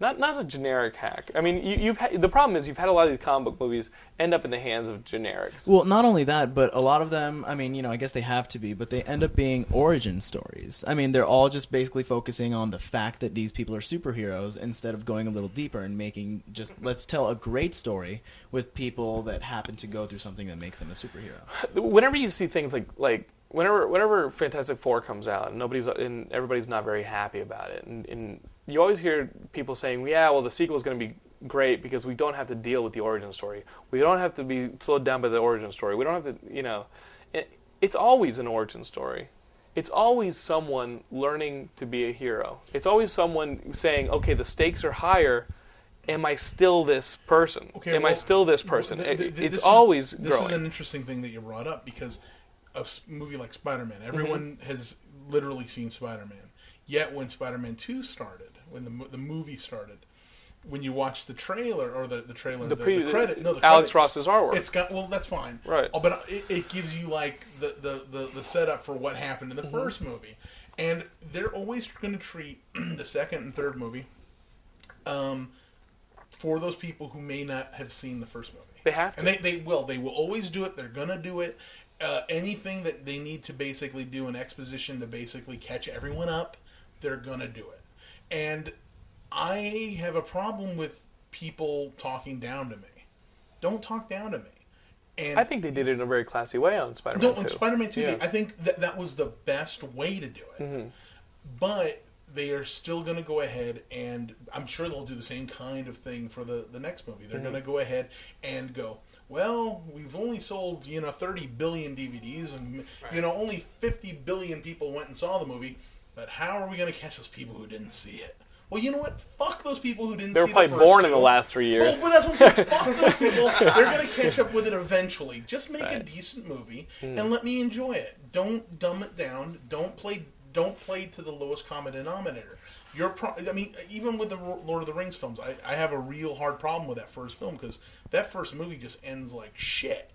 [SPEAKER 1] Not not a generic hack. I mean, you, you've had, the problem is you've had a lot of these comic book movies end up in the hands of generics.
[SPEAKER 5] Well, not only that, but a lot of them, I mean, you know, I guess they have to be, but they end up being origin stories. I mean, they're all just basically focusing on the fact that these people are superheroes instead of going a little deeper and making just let's tell a great story with people that happen to go through something that makes them a superhero.
[SPEAKER 1] whenever you see things like like whenever whenever Fantastic Four comes out and nobody's and everybody's not very happy about it, and, and you always hear people saying, "Yeah, well, the sequel is going to be great because we don't have to deal with the origin story. We don't have to be slowed down by the origin story. We don't have to, you know." It, it's always an origin story. it's always someone learning to be a hero. It's always someone saying, "Okay, the stakes are higher. Am I still this person?
[SPEAKER 2] Okay,
[SPEAKER 1] Am I
[SPEAKER 2] well,
[SPEAKER 1] still this person?"
[SPEAKER 2] th- th-
[SPEAKER 1] It-
[SPEAKER 2] th-
[SPEAKER 1] it's
[SPEAKER 2] this is-
[SPEAKER 1] always
[SPEAKER 2] This
[SPEAKER 1] growing.
[SPEAKER 2] is an interesting thing that you brought up because a s- movie like Spider-Man, everyone
[SPEAKER 1] Mm-hmm.
[SPEAKER 2] has literally seen Spider-Man. Yet when Spider-Man Two started, when the mo- the movie started, when you watch the trailer or the the trailer, the, the,
[SPEAKER 1] pre-
[SPEAKER 2] credit, no, the
[SPEAKER 1] Alex
[SPEAKER 2] credits,
[SPEAKER 1] Ross's artwork.
[SPEAKER 2] It's got well, that's fine,
[SPEAKER 1] Right.
[SPEAKER 2] Oh, but it, it gives you like the the, the the setup for what happened in
[SPEAKER 1] Mm-hmm.
[SPEAKER 2] the first movie, and they're always going to treat the second and third movie. Um, for those people who may not have seen the first movie.
[SPEAKER 1] They have to.
[SPEAKER 2] And they, they will. They will always do it. They're going to do it. Uh, anything that they need to basically do an exposition to basically catch everyone up, they're going to do it. And I have a problem with people talking down to me. Don't talk down to me. And
[SPEAKER 1] I think they did it in a very classy way on Spider-Man
[SPEAKER 2] no,
[SPEAKER 1] 2.
[SPEAKER 2] on Spider-Man Two,
[SPEAKER 1] Yeah. Mm-hmm.
[SPEAKER 2] they- I think that that was the best way to do it. But they are still going to go ahead, and I'm sure they'll do the same kind of thing for the the next movie.
[SPEAKER 1] Mm-hmm.
[SPEAKER 2] They're going to go ahead and go. Well, we've only sold you know 30 billion DVDs, and you know only 50 billion people went and saw the movie. But how are we going to catch those people who didn't see it? Well, you know what? Fuck those people who didn't.
[SPEAKER 1] They were
[SPEAKER 2] see
[SPEAKER 1] probably
[SPEAKER 2] the first
[SPEAKER 1] born in the
[SPEAKER 2] two.
[SPEAKER 1] last three years.
[SPEAKER 2] Well, but that's what I'm saying. Fuck those people. They're gonna catch up with it eventually. Just make a
[SPEAKER 1] Right. Hmm.
[SPEAKER 2] decent movie and let me enjoy it. Don't dumb it down. Don't play. Don't play to the lowest common denominator. Your pro- I mean, even with the Ro- Lord of the Rings films, I, I have a real hard problem with that first film because that first movie just ends like shit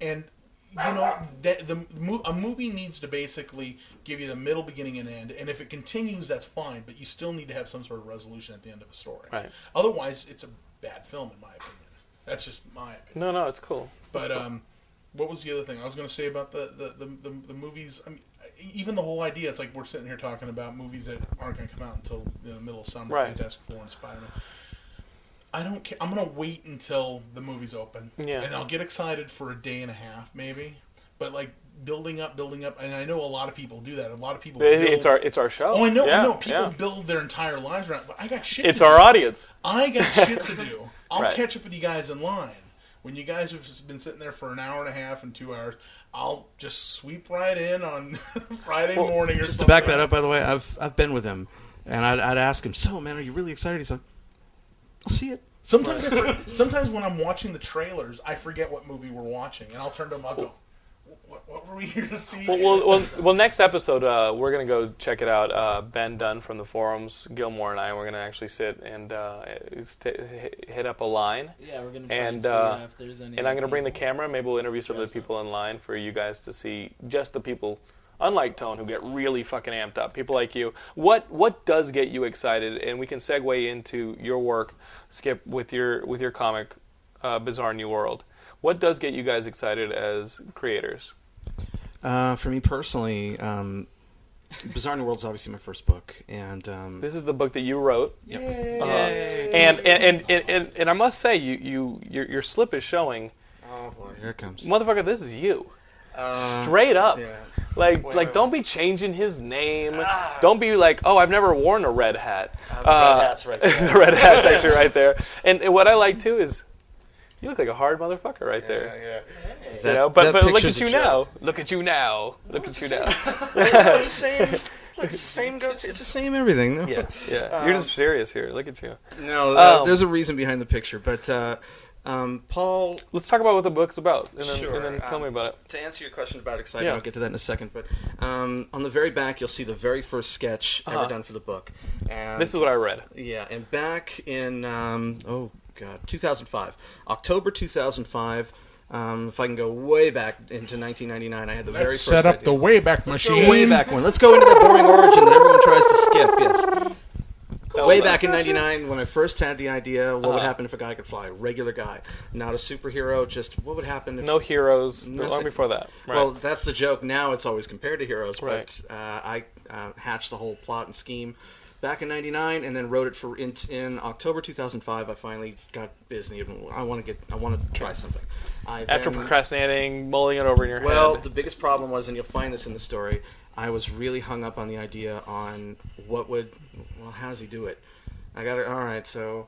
[SPEAKER 2] and you know that the mo- a movie needs to basically give you the middle beginning and end and if it continues that's fine but you still need to have some sort of resolution at the end of a story
[SPEAKER 1] Right.
[SPEAKER 2] otherwise it's a bad film in my opinion that's just my
[SPEAKER 1] no,
[SPEAKER 2] opinion
[SPEAKER 1] no, it's cool.
[SPEAKER 2] but um what was the other thing i was going to say about the the, the, the the movies i mean even the whole idea it's like we're sitting here talking about movies that aren't going to come out until the middle of summer
[SPEAKER 1] Right.
[SPEAKER 2] fantastic four and spider-man I don't care. I'm gonna wait until the movie's open,
[SPEAKER 1] Yeah.
[SPEAKER 2] and I'll get excited for a day and a half, maybe. But like building up, building up, and I know a lot of people do that. A lot of people.
[SPEAKER 1] It-
[SPEAKER 2] build-
[SPEAKER 1] it's our it's our show.
[SPEAKER 2] Oh, I know,
[SPEAKER 1] Yeah,
[SPEAKER 2] I know. People
[SPEAKER 1] yeah.
[SPEAKER 2] build their entire lives around. But I got shit.
[SPEAKER 1] It's
[SPEAKER 2] to do.
[SPEAKER 1] our audience.
[SPEAKER 2] I got shit to do. I'll
[SPEAKER 1] Right.
[SPEAKER 2] catch up with you guys in line. When you guys have been sitting there for an hour and a half and two hours, I'll just sweep right in on Friday morning or
[SPEAKER 3] Just to
[SPEAKER 2] something.
[SPEAKER 3] back that up, by the way, I've I've been with him, and I'd, I'd ask him, "So, man, are you really excited?" He's like, "I'll see it."
[SPEAKER 2] Sometimes, I for, sometimes when I'm watching the trailers, I forget what movie we're watching, and I'll turn to them. I'll go, "What, what were we here to see?"
[SPEAKER 1] Well, well, well, well next episode uh, we're gonna go check it out. Uh, ben Dunn from the forums, Gilmore and I, we're gonna actually sit and uh, it's t- hit hit up a line.
[SPEAKER 5] Yeah, we're gonna try and,
[SPEAKER 1] And
[SPEAKER 5] see
[SPEAKER 1] uh,
[SPEAKER 5] if there's any.
[SPEAKER 1] and I'm gonna bring the
[SPEAKER 5] people.
[SPEAKER 1] camera. Maybe we'll interview some of the
[SPEAKER 5] Dressed up.
[SPEAKER 1] people in line for you guys to see just the people. Unlike Tone, who get really fucking amped up, people like you. What what does get you excited? And we can segue into your work, Skip, with your with your comic, uh, Bizarre New World. What does get you guys excited as creators?
[SPEAKER 3] Uh, for me personally, um, Bizarre New World's obviously my first book, and um,
[SPEAKER 1] This is the book that you wrote. Uh,
[SPEAKER 3] yep.
[SPEAKER 1] and and, and, and, and and I must say, you you your, your slip is showing,
[SPEAKER 3] oh, here it comes.
[SPEAKER 1] motherfucker. This is you, straight up.
[SPEAKER 3] Uh, yeah.
[SPEAKER 1] Like
[SPEAKER 3] Wait,
[SPEAKER 1] like,
[SPEAKER 3] wait, Ah.
[SPEAKER 1] don't be changing his name. Don't be like, oh, I've never worn a red hat.
[SPEAKER 4] Uh, that's right. there.
[SPEAKER 1] the red hat's actually right there. And, and what I like too is, you look like a hard motherfucker right there.
[SPEAKER 4] Yeah.
[SPEAKER 3] That-
[SPEAKER 1] You know, but
[SPEAKER 3] that
[SPEAKER 1] but look
[SPEAKER 3] picture's
[SPEAKER 1] at
[SPEAKER 3] a
[SPEAKER 1] you
[SPEAKER 3] joke.
[SPEAKER 1] now. Look at you now. Look at you now.
[SPEAKER 3] It's the same. Look, it's the same. Go- it's the same everything. No? Yeah.
[SPEAKER 1] Yeah,
[SPEAKER 3] Um,
[SPEAKER 1] you're just serious here. Look at you.
[SPEAKER 3] No, uh,
[SPEAKER 1] Um,
[SPEAKER 3] there's a reason behind the picture, but uh, um, Paul
[SPEAKER 1] Let's talk about what the book's about, and then,
[SPEAKER 3] Sure,
[SPEAKER 1] and then tell
[SPEAKER 3] um,
[SPEAKER 1] me about it.
[SPEAKER 3] to answer your question about excitement,
[SPEAKER 1] Yeah.
[SPEAKER 3] I'll get to that in a second. But um, on the very back, you'll see the very first sketch ever done for the book. And
[SPEAKER 1] Uh-huh. This is what I read.
[SPEAKER 3] Yeah, and back in um, oh god, 2005, October 2005. Um, if I can go way back into 1999, I had the very first
[SPEAKER 2] set up
[SPEAKER 3] idea.
[SPEAKER 2] the Wayback
[SPEAKER 3] Go
[SPEAKER 2] Machine.
[SPEAKER 3] way back one. Let's go into that boring origin that everyone tries to skip. Yes. Way back in '99, when I first had the idea, what would happen if a guy could fly? Regular guy, not a superhero. Just what would happen? If,
[SPEAKER 1] No heroes. Long
[SPEAKER 3] Nothing.
[SPEAKER 1] before that. Right.
[SPEAKER 3] Well, that's the joke. Now it's always compared to heroes,
[SPEAKER 1] Right.
[SPEAKER 3] but uh, I uh, hatched the whole plot and scheme back in '99, and then wrote it for in, in October 2005. I finally got busy. and I want to get. I want to try something. I
[SPEAKER 1] After
[SPEAKER 3] then-
[SPEAKER 1] procrastinating, mulling it over in your
[SPEAKER 3] well,
[SPEAKER 1] head.
[SPEAKER 3] the biggest problem was, and you'll find this in the story, I was really hung up on the idea on what would, well, how does he do it? I got to, all right, so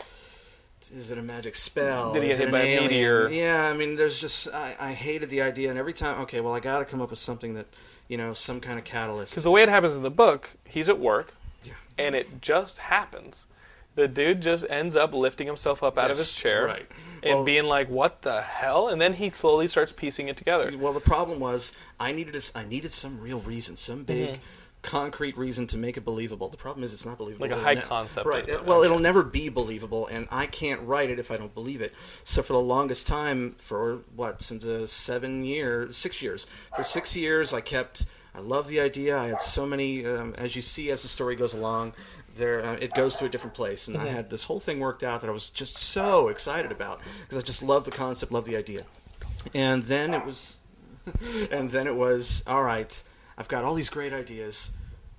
[SPEAKER 3] is it a magic spell?
[SPEAKER 1] Did he
[SPEAKER 3] Is
[SPEAKER 1] get
[SPEAKER 3] it
[SPEAKER 1] hit
[SPEAKER 3] an
[SPEAKER 1] by a
[SPEAKER 3] alien?
[SPEAKER 1] meteor?
[SPEAKER 3] Yeah, I mean, there's just I, I hated the idea, and every time, okay, well, I got to come up with something that you know, some kind of catalyst.
[SPEAKER 1] Because the way it happens in the book, he's at work, and it just happens. The dude just ends up lifting himself up out of his
[SPEAKER 3] Yes,
[SPEAKER 1] chair
[SPEAKER 3] right.
[SPEAKER 1] and
[SPEAKER 3] Well-
[SPEAKER 1] being like, "What the hell?" And then he slowly starts piecing it together.
[SPEAKER 3] Well, the problem was I needed a s I needed some real reason, some big. Concrete reason to make it believable. The problem is it's not believable.
[SPEAKER 1] Mm-hmm. Like a
[SPEAKER 3] It'll
[SPEAKER 1] high concept
[SPEAKER 3] right?
[SPEAKER 1] of it.
[SPEAKER 3] Well, it'll never be believable, and I can't write it if I don't believe it. So for the longest time, for what since uh, seven years, six years, for six years, I kept. I love the idea. I had so many. Um, as you see, as the story goes along, there uh, it goes to a different place,
[SPEAKER 1] Mm-hmm.
[SPEAKER 3] and I had this whole thing worked out that I was just so excited about because I just loved the concept, loved the idea, and then it was and then it was all right. I've got all these great ideas.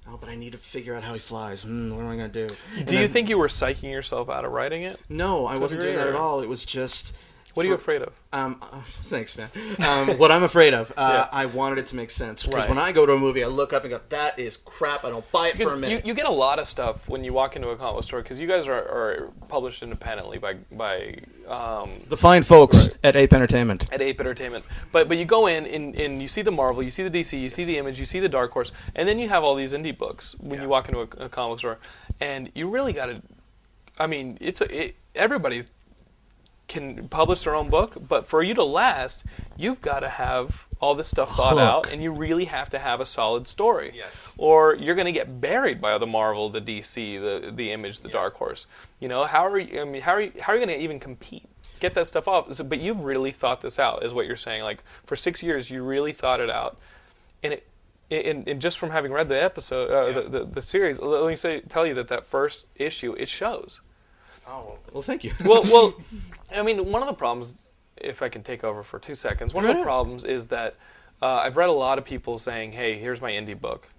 [SPEAKER 3] Oh, but I need to figure out how he flies. Hmm, what am I going to do? And
[SPEAKER 1] Do you
[SPEAKER 3] then-
[SPEAKER 1] think you were psyching yourself out of writing it?
[SPEAKER 3] No, I wasn't doing
[SPEAKER 1] agree,
[SPEAKER 3] that at
[SPEAKER 1] or-
[SPEAKER 3] all. It was just.
[SPEAKER 1] What are you afraid of?
[SPEAKER 3] Um, thanks, man. Um, what I'm afraid of, uh, I wanted it to make sense because
[SPEAKER 1] Right.
[SPEAKER 3] when I go to a movie, I look up and go, "That is crap. I don't buy it for a
[SPEAKER 1] Because you,
[SPEAKER 3] minute."
[SPEAKER 1] you get a lot of stuff when you walk into a comic book store because you guys are, are published independently by by um,
[SPEAKER 3] the fine folks at Ape Entertainment.
[SPEAKER 1] at Ape Entertainment. But but you go in and, and you see the Marvel, you see the DC, you see the Image, you see the Dark Horse, and then you have all these indie books when you walk into a, a comic store, and you really got to. I mean, it's a, it, everybody can publish their own book, but for you to last, you've got to have all this stuff thought out,
[SPEAKER 3] Hook.
[SPEAKER 1] and you really have to have a solid story. Yes. Or you're going to get buried by the Marvel, the DC, the the Image, the Dark Horse. You know how are you? I mean, how are you, how are you going to even compete? Get that stuff off. So, but you've really thought this out, is what you're saying. Like for six years, you really thought it out, and it. And, and just from having read the episode, uh, the, the the series, let me say, tell you that that first issue it shows
[SPEAKER 3] Oh, Well, thank you.
[SPEAKER 1] well, well, I mean, one of the problems, if I can take over for two seconds, one of
[SPEAKER 3] Right.
[SPEAKER 1] the problems is that uh, I've read a lot of people saying, "Hey, here's my indie book,"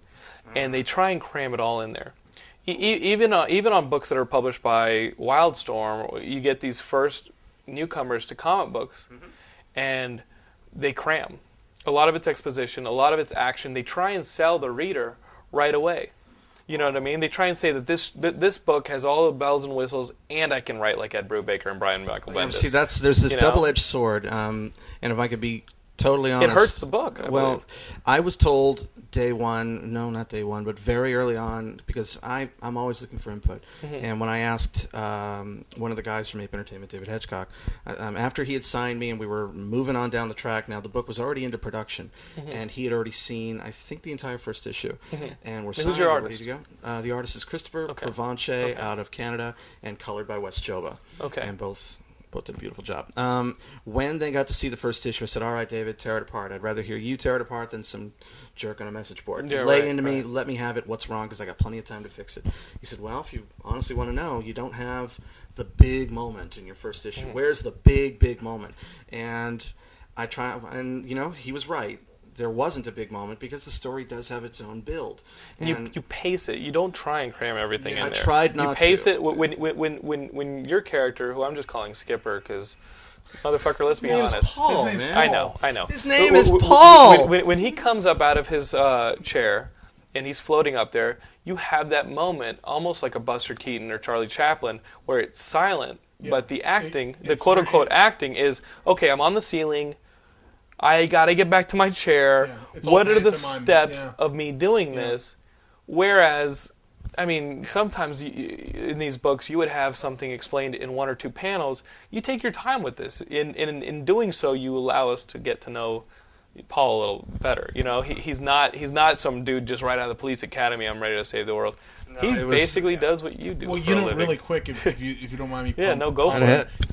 [SPEAKER 1] and they try and cram it all in there. E- e- even uh, even on books that are published by Wildstorm, you get these first newcomers to comic books, and they cram. A lot of it's exposition, a lot of it's action. They try and sell the reader right away. You know what I mean? They try and say that this th- this book has all the bells and whistles, and I can write like Ed Brubaker and Brian Michael Bendis.
[SPEAKER 3] See, that's there's this
[SPEAKER 1] You know?
[SPEAKER 3] double-edged sword, um, and if I could be totally honest,
[SPEAKER 1] hurts the book, I
[SPEAKER 3] well,
[SPEAKER 1] believe.
[SPEAKER 3] I was told day one, no, not day one, but very early on, because I I'm always looking for input,
[SPEAKER 1] Mm-hmm.
[SPEAKER 3] and when I asked um, one of the guys from Ape Entertainment, David Hedgecock, uh, um, after he had signed me and we were moving on down the track, now the book was already into production,
[SPEAKER 1] Mm-hmm.
[SPEAKER 3] and he had already seen I think the entire first issue, and we're
[SPEAKER 1] Who's
[SPEAKER 3] signed,
[SPEAKER 1] your
[SPEAKER 3] we're ready
[SPEAKER 1] artist?
[SPEAKER 3] to go. Uh, the artist is Christopher Provenche out of Canada, and colored by Wes Joba.
[SPEAKER 1] Okay.
[SPEAKER 3] And both both did a beautiful job. Um, when they got to see the first issue, I said, "All right, David, tear it apart. I'd rather hear you tear it apart than some jerk on a message board.
[SPEAKER 1] Yeah,
[SPEAKER 3] Lay
[SPEAKER 1] right,
[SPEAKER 3] into me.
[SPEAKER 1] right.
[SPEAKER 3] Let me have it. What's wrong? Because I got plenty of time to fix it." He said, "Well, if you honestly want to know, you don't have the big moment in your first issue.
[SPEAKER 1] Mm.
[SPEAKER 3] Where's the big big moment?" And I try, and you know, he was right. There wasn't a big moment because the story does have its own build.
[SPEAKER 1] you,
[SPEAKER 3] And-
[SPEAKER 1] you pace it. You don't try and cram everything
[SPEAKER 3] Yeah,
[SPEAKER 1] in
[SPEAKER 3] I
[SPEAKER 1] there.
[SPEAKER 3] tried not
[SPEAKER 1] You pace
[SPEAKER 3] to.
[SPEAKER 1] it wh- when when, when when when your character, who I'm just calling Skipper, because motherfucker, let's be
[SPEAKER 3] His name's
[SPEAKER 1] honest.
[SPEAKER 3] Paul,
[SPEAKER 2] His name's
[SPEAKER 3] man.
[SPEAKER 1] I know, I know.
[SPEAKER 3] His name
[SPEAKER 1] Wh-
[SPEAKER 3] is
[SPEAKER 1] wh- wh-
[SPEAKER 3] Paul.
[SPEAKER 1] When, when, when he comes up out of his uh, chair and he's floating up there, you have that moment, almost like a Buster Keaton or Charlie Chaplin, where it's silent, but the acting, the
[SPEAKER 2] it's
[SPEAKER 1] quote unquote
[SPEAKER 2] very-
[SPEAKER 1] acting, is okay. I'm on the ceiling. I gotta get back to my chair.
[SPEAKER 2] Yeah, it's all
[SPEAKER 1] what are the
[SPEAKER 2] pantomime,
[SPEAKER 1] steps
[SPEAKER 2] yeah.
[SPEAKER 1] of me doing this? Whereas, I mean, sometimes you, in these books you would have something explained in one or two panels. You take your time with this. In in in doing so, you allow us to get to know Paul a little better. You know, he, he's not he's not some dude just right out of the police academy. I'm ready to save the world. he
[SPEAKER 3] it was-
[SPEAKER 1] basically does what you do.
[SPEAKER 2] Well,
[SPEAKER 1] for
[SPEAKER 2] you
[SPEAKER 1] a
[SPEAKER 2] know,
[SPEAKER 1] living.
[SPEAKER 2] really quick, if, if you if you don't mind me,
[SPEAKER 1] Yeah,
[SPEAKER 2] pump-
[SPEAKER 1] no, go for
[SPEAKER 3] ahead.
[SPEAKER 1] it.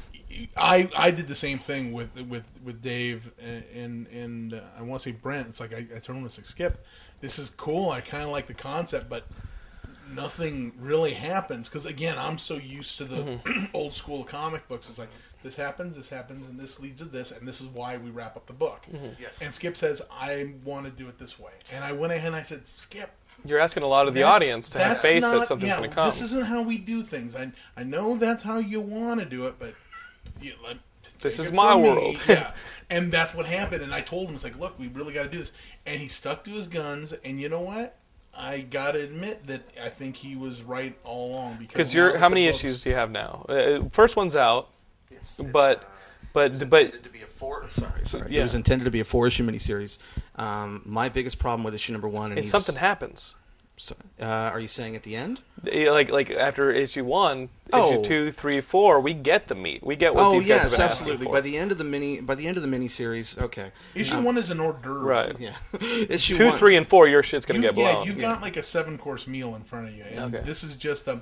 [SPEAKER 2] I I did the same thing with with with Dave and and uh, I want to say Brent. It's like I, I told him it's like Skip, this is cool. I kind of like the concept, but nothing really happens because again, I'm so used to the old school comic books. It's like this happens, this happens, and this leads to this, and this is why we wrap up the book. Yes. And Skip says I want to do it this way, and I went ahead and I said, Skip,
[SPEAKER 1] You're asking a lot of the
[SPEAKER 2] that's-
[SPEAKER 1] audience to have
[SPEAKER 2] that's
[SPEAKER 1] faith
[SPEAKER 2] not-
[SPEAKER 1] that something's
[SPEAKER 2] yeah,
[SPEAKER 1] going to come.
[SPEAKER 2] This isn't how we do things. I I know that's how you want to do it, but you, let,
[SPEAKER 1] This
[SPEAKER 2] take
[SPEAKER 1] is
[SPEAKER 2] it
[SPEAKER 1] my
[SPEAKER 2] from me.
[SPEAKER 1] world.
[SPEAKER 2] yeah, and that's what happened. And I told him, it's like, look, we really got to do this. And he stuck to his guns. And you know what? I gotta admit that I think he was right all along because
[SPEAKER 1] Because you're
[SPEAKER 2] now
[SPEAKER 1] how
[SPEAKER 2] that
[SPEAKER 1] many
[SPEAKER 2] the books-
[SPEAKER 1] issues do you have now? Uh, first one's out,
[SPEAKER 3] It's- it's,
[SPEAKER 1] but
[SPEAKER 3] uh,
[SPEAKER 1] but but
[SPEAKER 3] intended to be a four. Sorry, sorry.
[SPEAKER 1] yeah.
[SPEAKER 3] It was intended to be a four issue miniseries. Um, my biggest problem with issue number one, and
[SPEAKER 1] it's
[SPEAKER 3] he's-
[SPEAKER 1] something happens.
[SPEAKER 3] sorry, uh, are you saying at the end?
[SPEAKER 1] Yeah, Like like after issue one,
[SPEAKER 3] Oh.
[SPEAKER 1] issue two, three, four, we get the meat. We get what
[SPEAKER 3] Oh
[SPEAKER 1] these guys have
[SPEAKER 3] yes,
[SPEAKER 1] been asking
[SPEAKER 3] absolutely.
[SPEAKER 1] for.
[SPEAKER 3] By the end of the mini, by the end of the miniseries, okay.
[SPEAKER 2] issue one is an hors d'oeuvre.
[SPEAKER 1] right.
[SPEAKER 3] Yeah, issue
[SPEAKER 1] Two,
[SPEAKER 3] one-
[SPEAKER 1] three, and four, your shit's gonna
[SPEAKER 2] You-
[SPEAKER 1] get blown.
[SPEAKER 2] yeah, you've got like a seven course meal in front of you, and
[SPEAKER 1] Okay.
[SPEAKER 2] this is just a.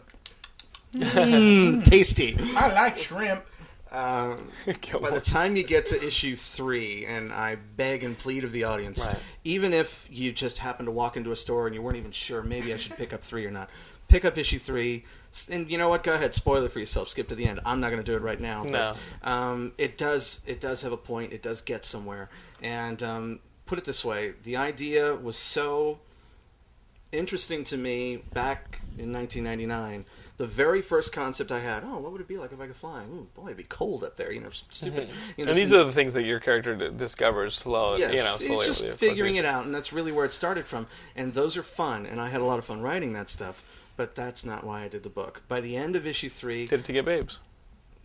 [SPEAKER 3] Mm, tasty.
[SPEAKER 2] I like shrimp.
[SPEAKER 3] Um,
[SPEAKER 1] Get
[SPEAKER 3] by the
[SPEAKER 1] one.
[SPEAKER 3] time you get to issue three, and I beg and plead of the audience,
[SPEAKER 1] Right.
[SPEAKER 3] even if you just happened to walk into a store and you weren't even sure, maybe I should pick up three or not. Pick up issue three, s- and you know what? Go ahead, spoil it for yourself. Skip to the end. I'm not going to do it right now.
[SPEAKER 1] No.
[SPEAKER 3] But, um, it does. It does have a point. It does get somewhere. And um, put it this way: the idea was so interesting to me back in 1999. The very first concept I had, oh, what would it be like if I could fly? Ooh, boy, it'd be cold up there. You know, stupid. You
[SPEAKER 1] and
[SPEAKER 3] know, just-
[SPEAKER 1] these are the things that your character d- discovers slow.
[SPEAKER 3] yes,
[SPEAKER 1] you know, slowly
[SPEAKER 3] it's just
[SPEAKER 1] over the
[SPEAKER 3] figuring
[SPEAKER 1] course
[SPEAKER 3] it out, and that's really where it started from. And those are fun, and I had a lot of fun writing that stuff. But that's not why I did the book. By the end of issue three,
[SPEAKER 1] of- Did it to get babes.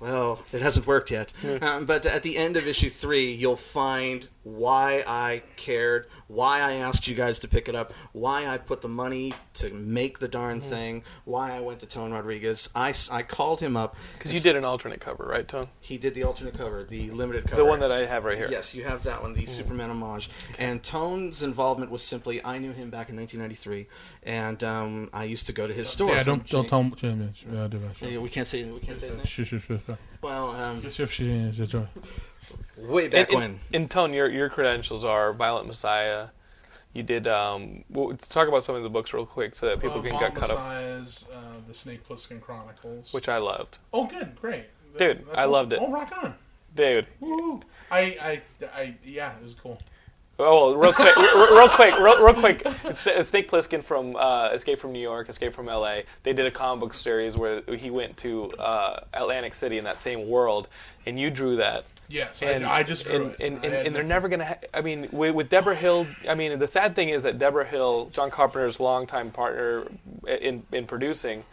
[SPEAKER 3] well, it hasn't worked yet. Um, but at the end of issue three, you'll find why I cared, why I asked you guys to pick it up, why I put the money to make the darn
[SPEAKER 1] Mm-hmm.
[SPEAKER 3] thing, why I went to Tone Rodriguez. I, s- I called him up
[SPEAKER 1] Because you did an alternate cover, right, Tom?
[SPEAKER 3] He did the alternate cover, the limited cover.
[SPEAKER 1] The one that I Mm. have right here.
[SPEAKER 3] Yes, you have that one, the Superman homage. And Tone's involvement was simply I knew him back in 1993, and um, I used to go to his store.
[SPEAKER 2] Yeah,
[SPEAKER 3] from
[SPEAKER 2] don't don't
[SPEAKER 3] Jane-
[SPEAKER 2] tell him. Yeah, do
[SPEAKER 3] Yeah,
[SPEAKER 2] that.
[SPEAKER 3] We can't say we can't say his name.
[SPEAKER 2] Sure, sure, sure, sure.
[SPEAKER 3] Well, um,
[SPEAKER 2] Yes, yes, yes, yes, yes.
[SPEAKER 3] way
[SPEAKER 1] In,
[SPEAKER 3] back
[SPEAKER 1] in,
[SPEAKER 3] when.
[SPEAKER 1] in tone, your your credentials are Violent Messiah. You did. Um, well, talk about some of the books real quick so that people
[SPEAKER 2] Uh,
[SPEAKER 1] can
[SPEAKER 2] Vaughn
[SPEAKER 1] get caught up,
[SPEAKER 2] Messiah's, uh, the Snake Plissken Chronicles.
[SPEAKER 1] which I loved.
[SPEAKER 2] oh, good, great,
[SPEAKER 1] Dude,
[SPEAKER 2] that's
[SPEAKER 1] I loved it.
[SPEAKER 2] Oh, rock on!
[SPEAKER 1] Dude.
[SPEAKER 2] Woo! I, I, I, yeah, it was cool.
[SPEAKER 1] Oh, well, real quick, real, real quick, real, real quick. It's, it's Snake Plissken from uh, Escape from New York, Escape from L.A. They did a comic book series where he went to uh, Atlantic City in that same world, and you drew that.
[SPEAKER 2] Yes, I-
[SPEAKER 1] and,
[SPEAKER 2] I just drew
[SPEAKER 1] and,
[SPEAKER 2] it.
[SPEAKER 1] And,
[SPEAKER 2] I
[SPEAKER 1] and,
[SPEAKER 2] had
[SPEAKER 1] and they're
[SPEAKER 2] nothing.
[SPEAKER 1] never gonna. Ha- I mean, with, with Deborah Hill. I mean, the sad thing is that Deborah Hill, John Carpenter's longtime partner in in producing,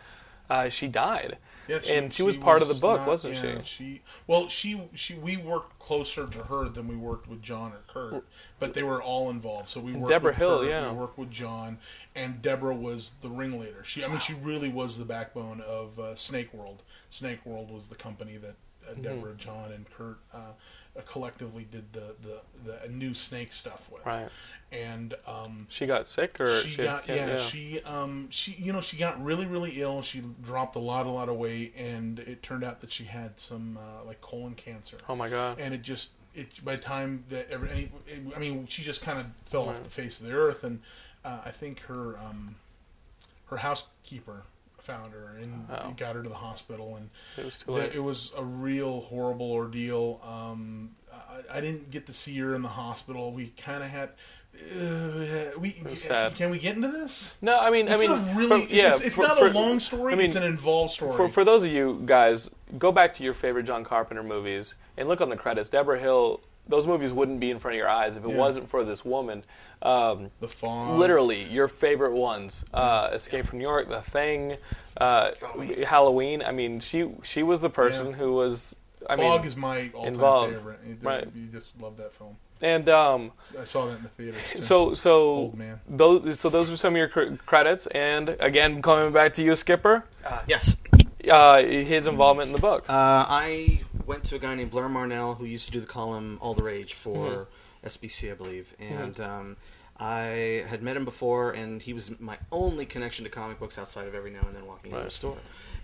[SPEAKER 1] uh, she died,
[SPEAKER 2] Yeah,
[SPEAKER 1] and she, was part of the book,
[SPEAKER 2] not-
[SPEAKER 1] wasn't she?
[SPEAKER 2] yeah, She well, she she we worked closer to her than we worked with John or Kurt, but they were all involved. So we worked
[SPEAKER 1] Deborah
[SPEAKER 2] with
[SPEAKER 1] Hill,
[SPEAKER 2] her,
[SPEAKER 1] yeah.
[SPEAKER 2] we worked with John, and Deborah was the ringleader. She, I mean, she really was the backbone of uh, Snake World. Snake World was the company that uh,
[SPEAKER 1] Mm-hmm.
[SPEAKER 2] Deborah, John, and Kurt uh, uh, collectively did the the, the new Snake stuff with,
[SPEAKER 1] Right.
[SPEAKER 2] and. um
[SPEAKER 1] She got sick, or
[SPEAKER 2] she got
[SPEAKER 1] had-
[SPEAKER 2] yeah, she um she you know she got really really ill she dropped a lot a lot of weight and it turned out that she had some uh, like colon cancer
[SPEAKER 1] Oh my God.
[SPEAKER 2] and it just it by the time that every any- it, i mean she just kind of fell off the face of the earth and uh, i think her um her housekeeper found her and
[SPEAKER 1] Oh.
[SPEAKER 2] got her to the hospital and
[SPEAKER 1] It was too
[SPEAKER 2] that
[SPEAKER 1] late.
[SPEAKER 2] it was a real horrible ordeal um I, I didn't get to see her in the hospital we kind of had uh, we
[SPEAKER 1] was sad.
[SPEAKER 2] can we get into this
[SPEAKER 1] No, I mean,
[SPEAKER 2] It's
[SPEAKER 1] I mean,
[SPEAKER 2] not really.
[SPEAKER 1] for- yeah,
[SPEAKER 2] it's, it's
[SPEAKER 1] for-
[SPEAKER 2] not
[SPEAKER 1] for-
[SPEAKER 2] a long story.
[SPEAKER 1] I mean,
[SPEAKER 2] it's an involved story.
[SPEAKER 1] for, for those of you guys, go back to your favorite John Carpenter movies and look on the credits. Deborah Hill. Those movies wouldn't be in front of your eyes if it
[SPEAKER 2] Yeah.
[SPEAKER 1] wasn't for this woman. Um,
[SPEAKER 2] the fog.
[SPEAKER 1] literally your favorite ones: uh, Escape from New York, The Thing, uh, Halloween. I mean, she she was the person
[SPEAKER 2] Yeah.
[SPEAKER 1] who was. I
[SPEAKER 2] fog
[SPEAKER 1] mean,
[SPEAKER 2] is my all-time
[SPEAKER 1] involved.
[SPEAKER 2] favorite. It- uh,
[SPEAKER 1] Right.
[SPEAKER 2] You just love that film.
[SPEAKER 1] and um,
[SPEAKER 2] I saw that in the theater.
[SPEAKER 1] so so
[SPEAKER 2] Old man.
[SPEAKER 1] those so those are some of your cr- credits. And again, coming back to you, Skipper,
[SPEAKER 3] Uh, yes.
[SPEAKER 1] uh, his involvement in the book.
[SPEAKER 3] Uh, I went to a guy named Blair Marnell who used to do the column All the Rage
[SPEAKER 1] Mm-hmm.
[SPEAKER 3] for SBC, I believe, and um, I had met him before, and he was my only connection to comic books outside of every now and then walking into a store.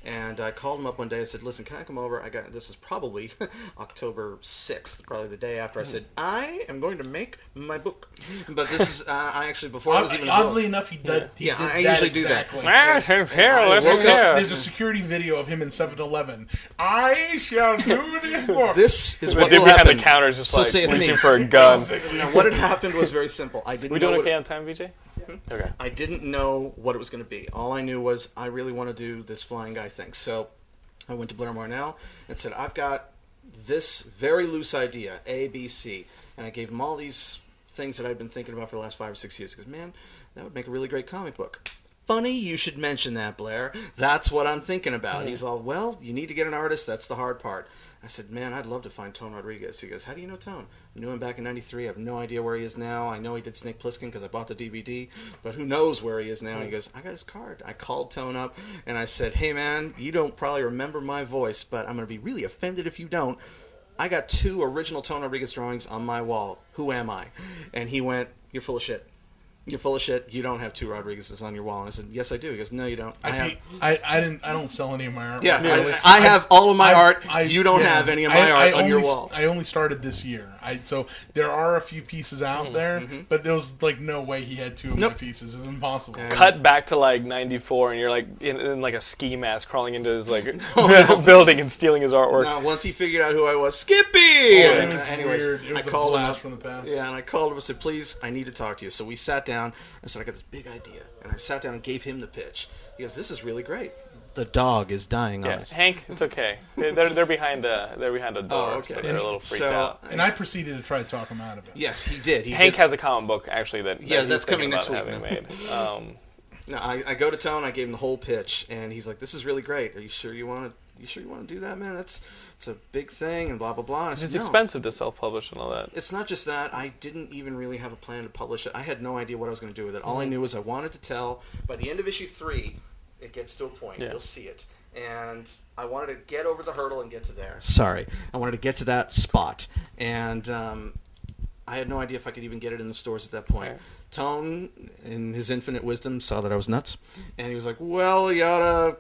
[SPEAKER 3] And I called him up one day. I said, "Listen, can I come over? I got this is probably October sixth, probably the day
[SPEAKER 1] Mm-hmm.
[SPEAKER 3] after." I said, "I am going to make my book, but this is uh, I actually before I was even a book-
[SPEAKER 2] oddly enough, he did. he
[SPEAKER 3] Yeah,
[SPEAKER 2] did
[SPEAKER 3] I
[SPEAKER 2] that
[SPEAKER 3] usually do that.
[SPEAKER 2] exactly.
[SPEAKER 1] Ah, here, let's
[SPEAKER 3] woke
[SPEAKER 2] There's a,
[SPEAKER 3] up-
[SPEAKER 1] hear.
[SPEAKER 2] there's a security video of him in 7-Eleven. I shall do this book.
[SPEAKER 3] This is
[SPEAKER 1] The
[SPEAKER 3] what
[SPEAKER 1] dude
[SPEAKER 3] will
[SPEAKER 1] behind
[SPEAKER 3] happen.
[SPEAKER 1] the counter is just
[SPEAKER 3] so
[SPEAKER 1] like
[SPEAKER 3] say it to
[SPEAKER 1] reaching
[SPEAKER 3] me.
[SPEAKER 1] for a gun.
[SPEAKER 3] Now, what had happened was very simple. I didn't
[SPEAKER 1] we
[SPEAKER 3] know
[SPEAKER 1] doing
[SPEAKER 3] what
[SPEAKER 1] okay on time, VJ? Okay.
[SPEAKER 3] I didn't know what it was going to be. All I knew was I really want to do this flying guy thing. So I went to Blair Marnell and said, I've got this very loose idea, A, B, C. And I gave him all these things that I'd been thinking about for the last five or six years. Because man, that would make a really great comic book. Funny you should mention that, Blair. That's what I'm thinking about. He's all, well, you need to get an artist. That's the hard part. I said, man, I'd love to find Tone Rodriguez. He goes, how do you know Tone? I knew him back in '93. I have no idea where he is now. I know he did Snake Plissken because I bought the DVD, but who knows where he is now?
[SPEAKER 2] Hmm.
[SPEAKER 3] And he goes, I got his card. I called Tone up and I said, hey, man, you don't probably remember my voice, but I'm going to be really offended if you don't. I got two original Tone Rodriguez drawings on my wall. Who am I? And he went, You're full of shit. You're full of shit. You don't have two Rodriguezes on your wall. And I said, Yes, I do. He goes, No, you don't. I,
[SPEAKER 2] I
[SPEAKER 3] have.
[SPEAKER 2] see. I, I didn't. I don't sell any of my art.
[SPEAKER 3] Yeah,
[SPEAKER 2] Really.
[SPEAKER 3] I, I have all of my
[SPEAKER 2] I-
[SPEAKER 3] art.
[SPEAKER 2] I-
[SPEAKER 3] you don't
[SPEAKER 2] yeah.
[SPEAKER 3] have any of
[SPEAKER 2] I-
[SPEAKER 3] my
[SPEAKER 2] I
[SPEAKER 3] art on your
[SPEAKER 2] only s-
[SPEAKER 3] wall.
[SPEAKER 2] I only started this year. I so there are a few pieces
[SPEAKER 1] Mm-hmm.
[SPEAKER 2] out there, but there was like no way he had two of my
[SPEAKER 3] Mm-hmm. Nope.
[SPEAKER 2] pieces. It's impossible.
[SPEAKER 1] Cut back to like '94, and you're like in, in like a ski mask, crawling into his like building and stealing his artwork.
[SPEAKER 3] Now, once he figured out who I was, Skippy.
[SPEAKER 2] Oh, it
[SPEAKER 3] And,
[SPEAKER 2] was
[SPEAKER 3] uh, anyways,
[SPEAKER 2] weird. It
[SPEAKER 3] I
[SPEAKER 2] was a
[SPEAKER 3] called him
[SPEAKER 2] blast
[SPEAKER 3] up.
[SPEAKER 2] from the past.
[SPEAKER 3] Yeah, and I called him. I said, "Please, I need to talk to you." So we sat down. I said, "I got this big idea," and I sat down and gave him the pitch. He goes, "This is really great." The dog is dying
[SPEAKER 1] Yeah,
[SPEAKER 3] on us.
[SPEAKER 1] Hank, it's okay. They're they're, they're behind a they're behind a door,
[SPEAKER 3] Oh, okay.
[SPEAKER 1] so they're a little freaked
[SPEAKER 3] So,
[SPEAKER 1] out.
[SPEAKER 2] And I proceeded to try to talk him out of it.
[SPEAKER 3] Yes, he did. He
[SPEAKER 1] Hank
[SPEAKER 3] did.
[SPEAKER 1] has a comic book actually that, that
[SPEAKER 3] Yeah,
[SPEAKER 1] he's
[SPEAKER 3] that's
[SPEAKER 1] thinking
[SPEAKER 3] coming next
[SPEAKER 1] about
[SPEAKER 3] week,
[SPEAKER 1] having made. Um,
[SPEAKER 3] No, I, I go to town. I gave him the whole pitch, and he's like, "This is really great. Are you sure you want to? You sure you want to do that, man? That's it's a big thing, and blah blah blah." And I said,
[SPEAKER 1] it's
[SPEAKER 3] "No."
[SPEAKER 1] expensive to self-publish and all that.
[SPEAKER 3] It's not just that I didn't even really have a plan to publish it. I had no idea what I was going to do with it.
[SPEAKER 1] Mm-hmm.
[SPEAKER 3] All I knew was I wanted to tell. By the end of issue three, it gets to a point.
[SPEAKER 1] Yeah.
[SPEAKER 3] You'll see it, and I wanted to get over the hurdle and get to there. Sorry, I wanted to get to that spot, and um, I had no idea if I could even get it in the stores at that point.
[SPEAKER 1] Right.
[SPEAKER 3] Tone, in his infinite wisdom, saw that I was nuts, and he was like, "Well, you oughta,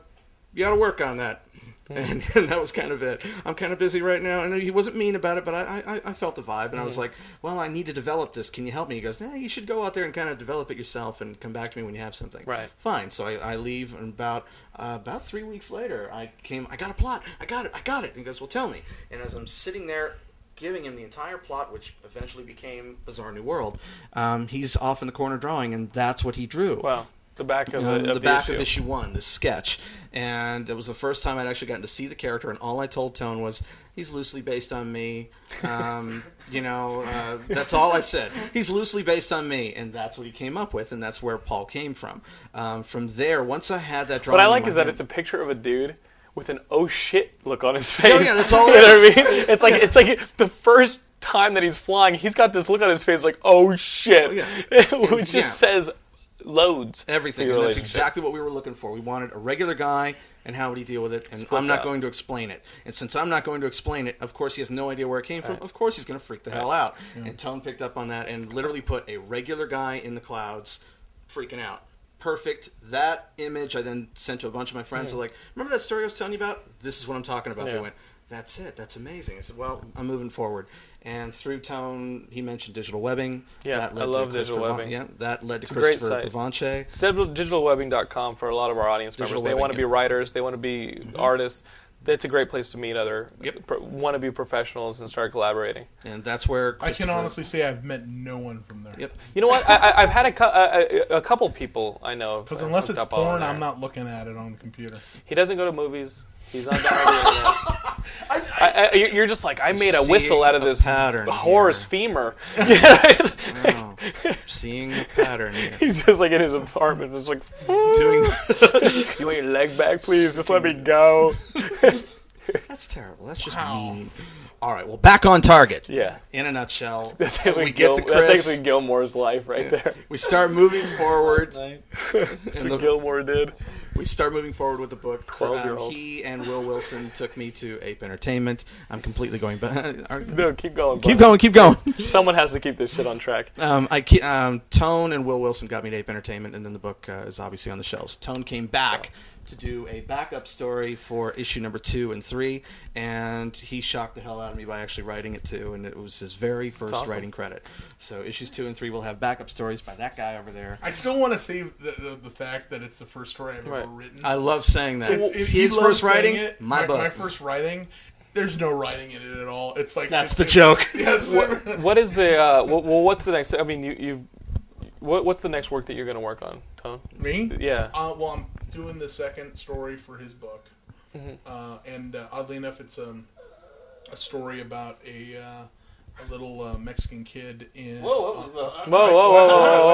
[SPEAKER 3] you oughta work on that." And, and that was kind of it. I'm kind of busy right now, and he wasn't mean about it, but I, I, I felt the vibe, and I was like, "Well, I need to develop this. Can you help me?" He goes, "Nah, you should go out there and kind of develop it yourself, and come back to me when you have something."
[SPEAKER 1] Right.
[SPEAKER 3] Fine. So I, I leave, and about uh, about three weeks later, I came. I got a plot. I got it. I got it. And he goes, "Well, tell me." And as I'm sitting there giving him the entire plot, which eventually became Bizarre New World. Um, he's off in the corner drawing, and that's what he drew.
[SPEAKER 1] Well, the back of
[SPEAKER 3] Um,
[SPEAKER 1] the,
[SPEAKER 3] the,
[SPEAKER 1] of
[SPEAKER 3] back
[SPEAKER 1] issue.
[SPEAKER 3] of issue one, this sketch, and it was the first time I'd actually gotten to see the character. And all I told Tone was, "He's loosely based on me." Um, you know, uh, that's all I said. He's loosely based on me, and that's what he came up with, and that's where Paul came from. Um, from there, once I had that drawing,
[SPEAKER 1] What I
[SPEAKER 3] in
[SPEAKER 1] like
[SPEAKER 3] Oh my
[SPEAKER 1] is that
[SPEAKER 3] head-
[SPEAKER 1] it's a picture of a dude with an oh shit look on his face.
[SPEAKER 3] yeah, that's all
[SPEAKER 1] you
[SPEAKER 3] it
[SPEAKER 1] know
[SPEAKER 3] is.
[SPEAKER 1] what I mean? It's like it's like the first time that he's flying, he's got this look on his face like oh shit,
[SPEAKER 3] yeah.
[SPEAKER 1] which just
[SPEAKER 3] Yeah.
[SPEAKER 1] says loads. for
[SPEAKER 3] everything.
[SPEAKER 1] your
[SPEAKER 3] And that's
[SPEAKER 1] relationship.
[SPEAKER 3] exactly what we were looking for. We wanted a regular guy, and how would he deal with it? And I'm not
[SPEAKER 1] out.
[SPEAKER 3] going to explain it. And since I'm not going to explain it, of course he has no idea where it came from. Of course he's going to freak the hell out. And Tone picked up on that and literally put a regular guy in the clouds, freaking out. Perfect. That image I then sent to a bunch of my friends. They're like, "Remember that story I was telling you about? This is what I'm talking about." They
[SPEAKER 1] Yeah.
[SPEAKER 3] went, that's it. That's amazing. I said, well, I'm moving forward. And through Tone, he mentioned digital webbing.
[SPEAKER 1] Yeah,
[SPEAKER 3] that led
[SPEAKER 1] I love
[SPEAKER 3] to
[SPEAKER 1] digital
[SPEAKER 3] Christopher Va-
[SPEAKER 1] webbing.
[SPEAKER 3] yeah, that led to
[SPEAKER 1] a great
[SPEAKER 3] Christopher
[SPEAKER 1] site.
[SPEAKER 3] Bevanche.
[SPEAKER 1] It's digital- digitalwebbing.com for a lot of our audience members.
[SPEAKER 3] Digital
[SPEAKER 1] They
[SPEAKER 3] webbing,
[SPEAKER 1] want to be
[SPEAKER 3] yeah. Mm-hmm.
[SPEAKER 1] writers, they want to be artists. That's a great place to meet other
[SPEAKER 3] Yep.
[SPEAKER 1] pro- wannabe professionals and start collaborating.
[SPEAKER 3] And that's where
[SPEAKER 2] I can
[SPEAKER 3] Christopher-
[SPEAKER 2] honestly say I've met no one from there.
[SPEAKER 3] Yep.
[SPEAKER 1] You know what? I, I, I've had a, cou- a, a- a couple people I know.
[SPEAKER 2] Because
[SPEAKER 1] have
[SPEAKER 2] unless
[SPEAKER 1] hooked
[SPEAKER 2] it's
[SPEAKER 1] up on
[SPEAKER 2] porn,
[SPEAKER 1] there.
[SPEAKER 2] I'm not looking at it on the computer.
[SPEAKER 1] He doesn't go to movies. He's not down on the internet. I, I, you're you're just like I made a whistle
[SPEAKER 3] seeing
[SPEAKER 1] out of
[SPEAKER 3] a
[SPEAKER 1] this
[SPEAKER 3] pattern
[SPEAKER 1] horse
[SPEAKER 3] here.
[SPEAKER 1] femur.
[SPEAKER 3] Wow. Seeing the pattern here.
[SPEAKER 1] He's just like in his apartment, just like
[SPEAKER 3] Doing
[SPEAKER 1] you want your leg back, please. Just let me go.
[SPEAKER 3] that's terrible. That's just mean. All right. Well, back on target.
[SPEAKER 1] Yeah.
[SPEAKER 3] In a nutshell,
[SPEAKER 1] That's
[SPEAKER 3] we get to
[SPEAKER 1] That's
[SPEAKER 3] Chris.
[SPEAKER 1] actually Gilmore's life right there.
[SPEAKER 3] We start moving forward. and
[SPEAKER 1] What
[SPEAKER 3] the-
[SPEAKER 1] Gilmore did.
[SPEAKER 3] we start moving forward with the book. Um,
[SPEAKER 1] 12-year-old.
[SPEAKER 3] he and Will Wilson took me to Ape Entertainment. I'm completely going back.
[SPEAKER 1] No, keep going.
[SPEAKER 3] Keep
[SPEAKER 1] bud.
[SPEAKER 3] going. Keep going.
[SPEAKER 1] Someone has to keep this shit on track.
[SPEAKER 3] Um, I ke- um, Tone and Will Wilson got me to Ape Entertainment, and then the book uh, is obviously on the shelves. Tone came back to do a backup story for issue number two and three, and he shocked the hell out of me by actually writing it too, and it was his very first
[SPEAKER 1] awesome.
[SPEAKER 3] writing credit. So issues two and three will have backup stories by that guy over there.
[SPEAKER 2] I still want to save the, the, the fact that it's the first story I've
[SPEAKER 1] Right.
[SPEAKER 2] ever written.
[SPEAKER 3] I love saying that.
[SPEAKER 2] It's- it- he
[SPEAKER 3] His
[SPEAKER 2] loves
[SPEAKER 3] first
[SPEAKER 2] saying
[SPEAKER 3] writing,
[SPEAKER 2] it.
[SPEAKER 3] my, book.
[SPEAKER 2] My first writing. There's no writing in it at all. It's like
[SPEAKER 3] That's
[SPEAKER 2] it's-
[SPEAKER 3] the joke.
[SPEAKER 2] Yeah, it's
[SPEAKER 1] What is the? Uh, wh- well, what's the next? I mean, you, you. What, what's the next work that you're going to work on, Tone?
[SPEAKER 2] Me?
[SPEAKER 1] Yeah.
[SPEAKER 2] Uh, well, I'm doing the second story for his book,
[SPEAKER 3] Mm-hmm.
[SPEAKER 2] uh, and uh, oddly enough, it's um, a story about a uh, a little uh, Mexican kid in. um,
[SPEAKER 1] Whoa, whoa, whoa, whoa, whoa, whoa,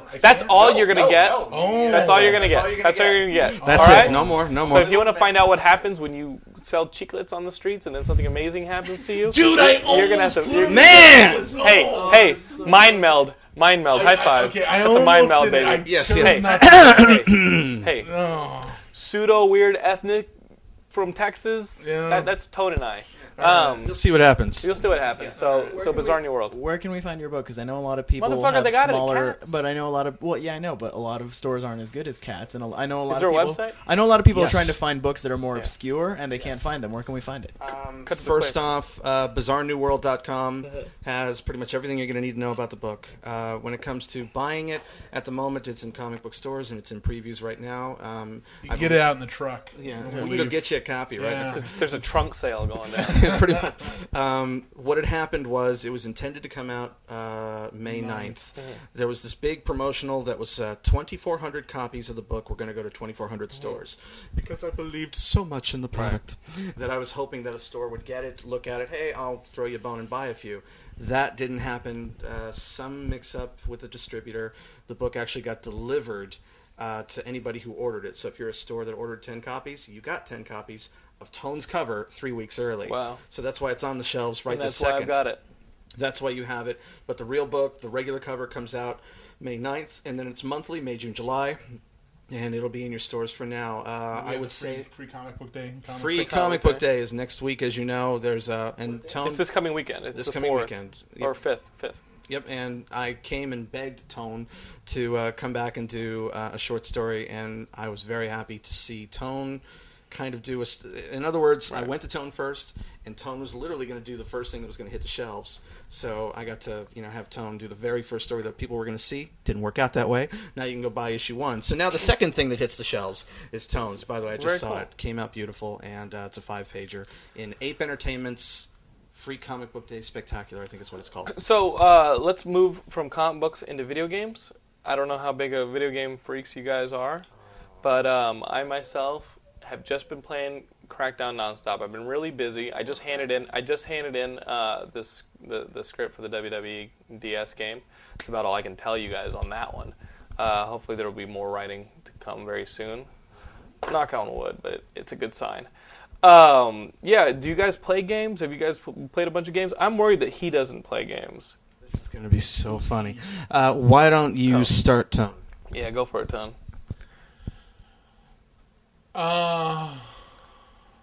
[SPEAKER 1] whoa.
[SPEAKER 2] I
[SPEAKER 1] That's
[SPEAKER 2] can't-
[SPEAKER 1] all you're gonna get.
[SPEAKER 2] Oh,
[SPEAKER 1] That's all you're gonna get. That's all you're gonna get.
[SPEAKER 3] That's
[SPEAKER 1] All
[SPEAKER 3] it.
[SPEAKER 1] right?
[SPEAKER 3] No more. No
[SPEAKER 1] So
[SPEAKER 3] more.
[SPEAKER 1] if you want to find out what happens when you sell chiclets on the streets and then something amazing happens to you,
[SPEAKER 2] Dude, I
[SPEAKER 1] you're gonna have
[SPEAKER 2] almost
[SPEAKER 1] to.
[SPEAKER 2] flew
[SPEAKER 1] You're,
[SPEAKER 2] the
[SPEAKER 3] Man!
[SPEAKER 2] chocolates.
[SPEAKER 1] hey,
[SPEAKER 2] Oh.
[SPEAKER 1] hey, mind meld, mind meld, high five.
[SPEAKER 2] Okay, I
[SPEAKER 1] That's
[SPEAKER 2] almost
[SPEAKER 1] a mind meld,
[SPEAKER 2] did it. I
[SPEAKER 1] baby.
[SPEAKER 3] Yes,
[SPEAKER 2] chose
[SPEAKER 3] yes.
[SPEAKER 2] not to-
[SPEAKER 1] Hey, hey,
[SPEAKER 2] Oh,
[SPEAKER 1] pseudo weird ethnic from Texas.
[SPEAKER 2] Yeah.
[SPEAKER 1] That, that's Toad and I. Um,
[SPEAKER 3] You'll see what happens.
[SPEAKER 1] you'll see what happens. So, so bizarre new world.
[SPEAKER 5] Where can we find your book? Because I know a lot of people
[SPEAKER 1] Motherfucker,
[SPEAKER 5] have
[SPEAKER 1] they got it at
[SPEAKER 5] smaller,
[SPEAKER 1] Cats.
[SPEAKER 5] but I know a lot of well, yeah, I know, but a lot of stores aren't as good as Cats, and a, I know a lot
[SPEAKER 1] there a
[SPEAKER 5] of people.
[SPEAKER 1] website?
[SPEAKER 5] I know a lot of people
[SPEAKER 3] Yes.
[SPEAKER 5] are trying to find books that are more obscure, and they can't find them. Where can we find it?
[SPEAKER 1] Cut to the
[SPEAKER 3] First
[SPEAKER 1] quick. Uh-huh.
[SPEAKER 3] off, uh, bizarrenewworld.com has pretty much everything you're going to need to know about the book. Uh, when it comes to buying it, at the moment it's in comic book stores and it's in previews right now. Um, I
[SPEAKER 2] get
[SPEAKER 3] believe-
[SPEAKER 2] it out in the truck.
[SPEAKER 3] Yeah,
[SPEAKER 2] Don't
[SPEAKER 3] we'll
[SPEAKER 2] leave.
[SPEAKER 3] get you a copy right
[SPEAKER 2] Yeah.
[SPEAKER 1] there's a trunk sale going down.
[SPEAKER 3] pretty much. Um, what had happened was it was intended to come out uh, May 9th. There was this big promotional that was uh, 2,400 copies of the book were going to go to 2,400 stores because I believed so much in the product that I was hoping that a store would get it, look at it, hey, I'll throw you a bone and buy a few. That didn't happen. Uh, some mix up with the distributor. The book actually got delivered uh, to anybody who ordered it. So if you're a store that ordered 10 copies, you got 10 copies of Tone's cover three weeks early.
[SPEAKER 1] Wow.
[SPEAKER 3] So that's why it's on the shelves right
[SPEAKER 1] And
[SPEAKER 3] this
[SPEAKER 1] that's
[SPEAKER 3] second.
[SPEAKER 1] why I've got it.
[SPEAKER 3] That's why you have it. But the real book, the regular cover, comes out May 9th, and then it's monthly, May, June, July, and it'll be in your stores for now. Uh,
[SPEAKER 2] We
[SPEAKER 3] I
[SPEAKER 2] have
[SPEAKER 3] would
[SPEAKER 2] a free,
[SPEAKER 3] say
[SPEAKER 2] free comic book day. Comic
[SPEAKER 3] free
[SPEAKER 2] book-
[SPEAKER 3] comic book day. is next week, as you know. There's uh, and Tone.
[SPEAKER 1] It's this coming weekend. It's
[SPEAKER 3] This
[SPEAKER 1] the
[SPEAKER 3] coming
[SPEAKER 1] fourth,
[SPEAKER 3] weekend.
[SPEAKER 1] or
[SPEAKER 3] Yep.
[SPEAKER 1] fifth, fifth.
[SPEAKER 3] Yep, and I came and begged Tone to uh, come back and do uh, a short story, and I was very happy to see Tone kind of do a. St- in other words, I went to Tone first, and Tone was literally going to do the first thing that was going to hit the shelves. So I got to you know have Tone do the very first story that people were going to see. Didn't work out that way. Now you can go buy issue one. So now the second thing that hits the shelves is Tone's. By the way, I just
[SPEAKER 1] Very
[SPEAKER 3] saw
[SPEAKER 1] cool.
[SPEAKER 3] it. Came out beautiful, and uh, it's a five pager in Ape Entertainment's. Free comic book day spectacular, I think is what it's called.
[SPEAKER 1] So uh, let's move from comic books into video games. I don't know how big of video game freaks you guys are, but um, I myself have just been playing Crackdown nonstop. I've been really busy. I just handed in. I just handed in uh, this the, the script for the WWE DS game. That's about all I can tell you guys on that one. Uh, hopefully there will be more writing to come very soon. Knock on wood, but it, it's a good sign. Um, yeah, do you guys play games? Have you guys p- played a bunch of games? I'm worried that he doesn't play games.
[SPEAKER 3] This is going to be so funny. Uh, why don't you start, Tone?
[SPEAKER 1] Yeah, go for it, Ton.
[SPEAKER 2] Uh,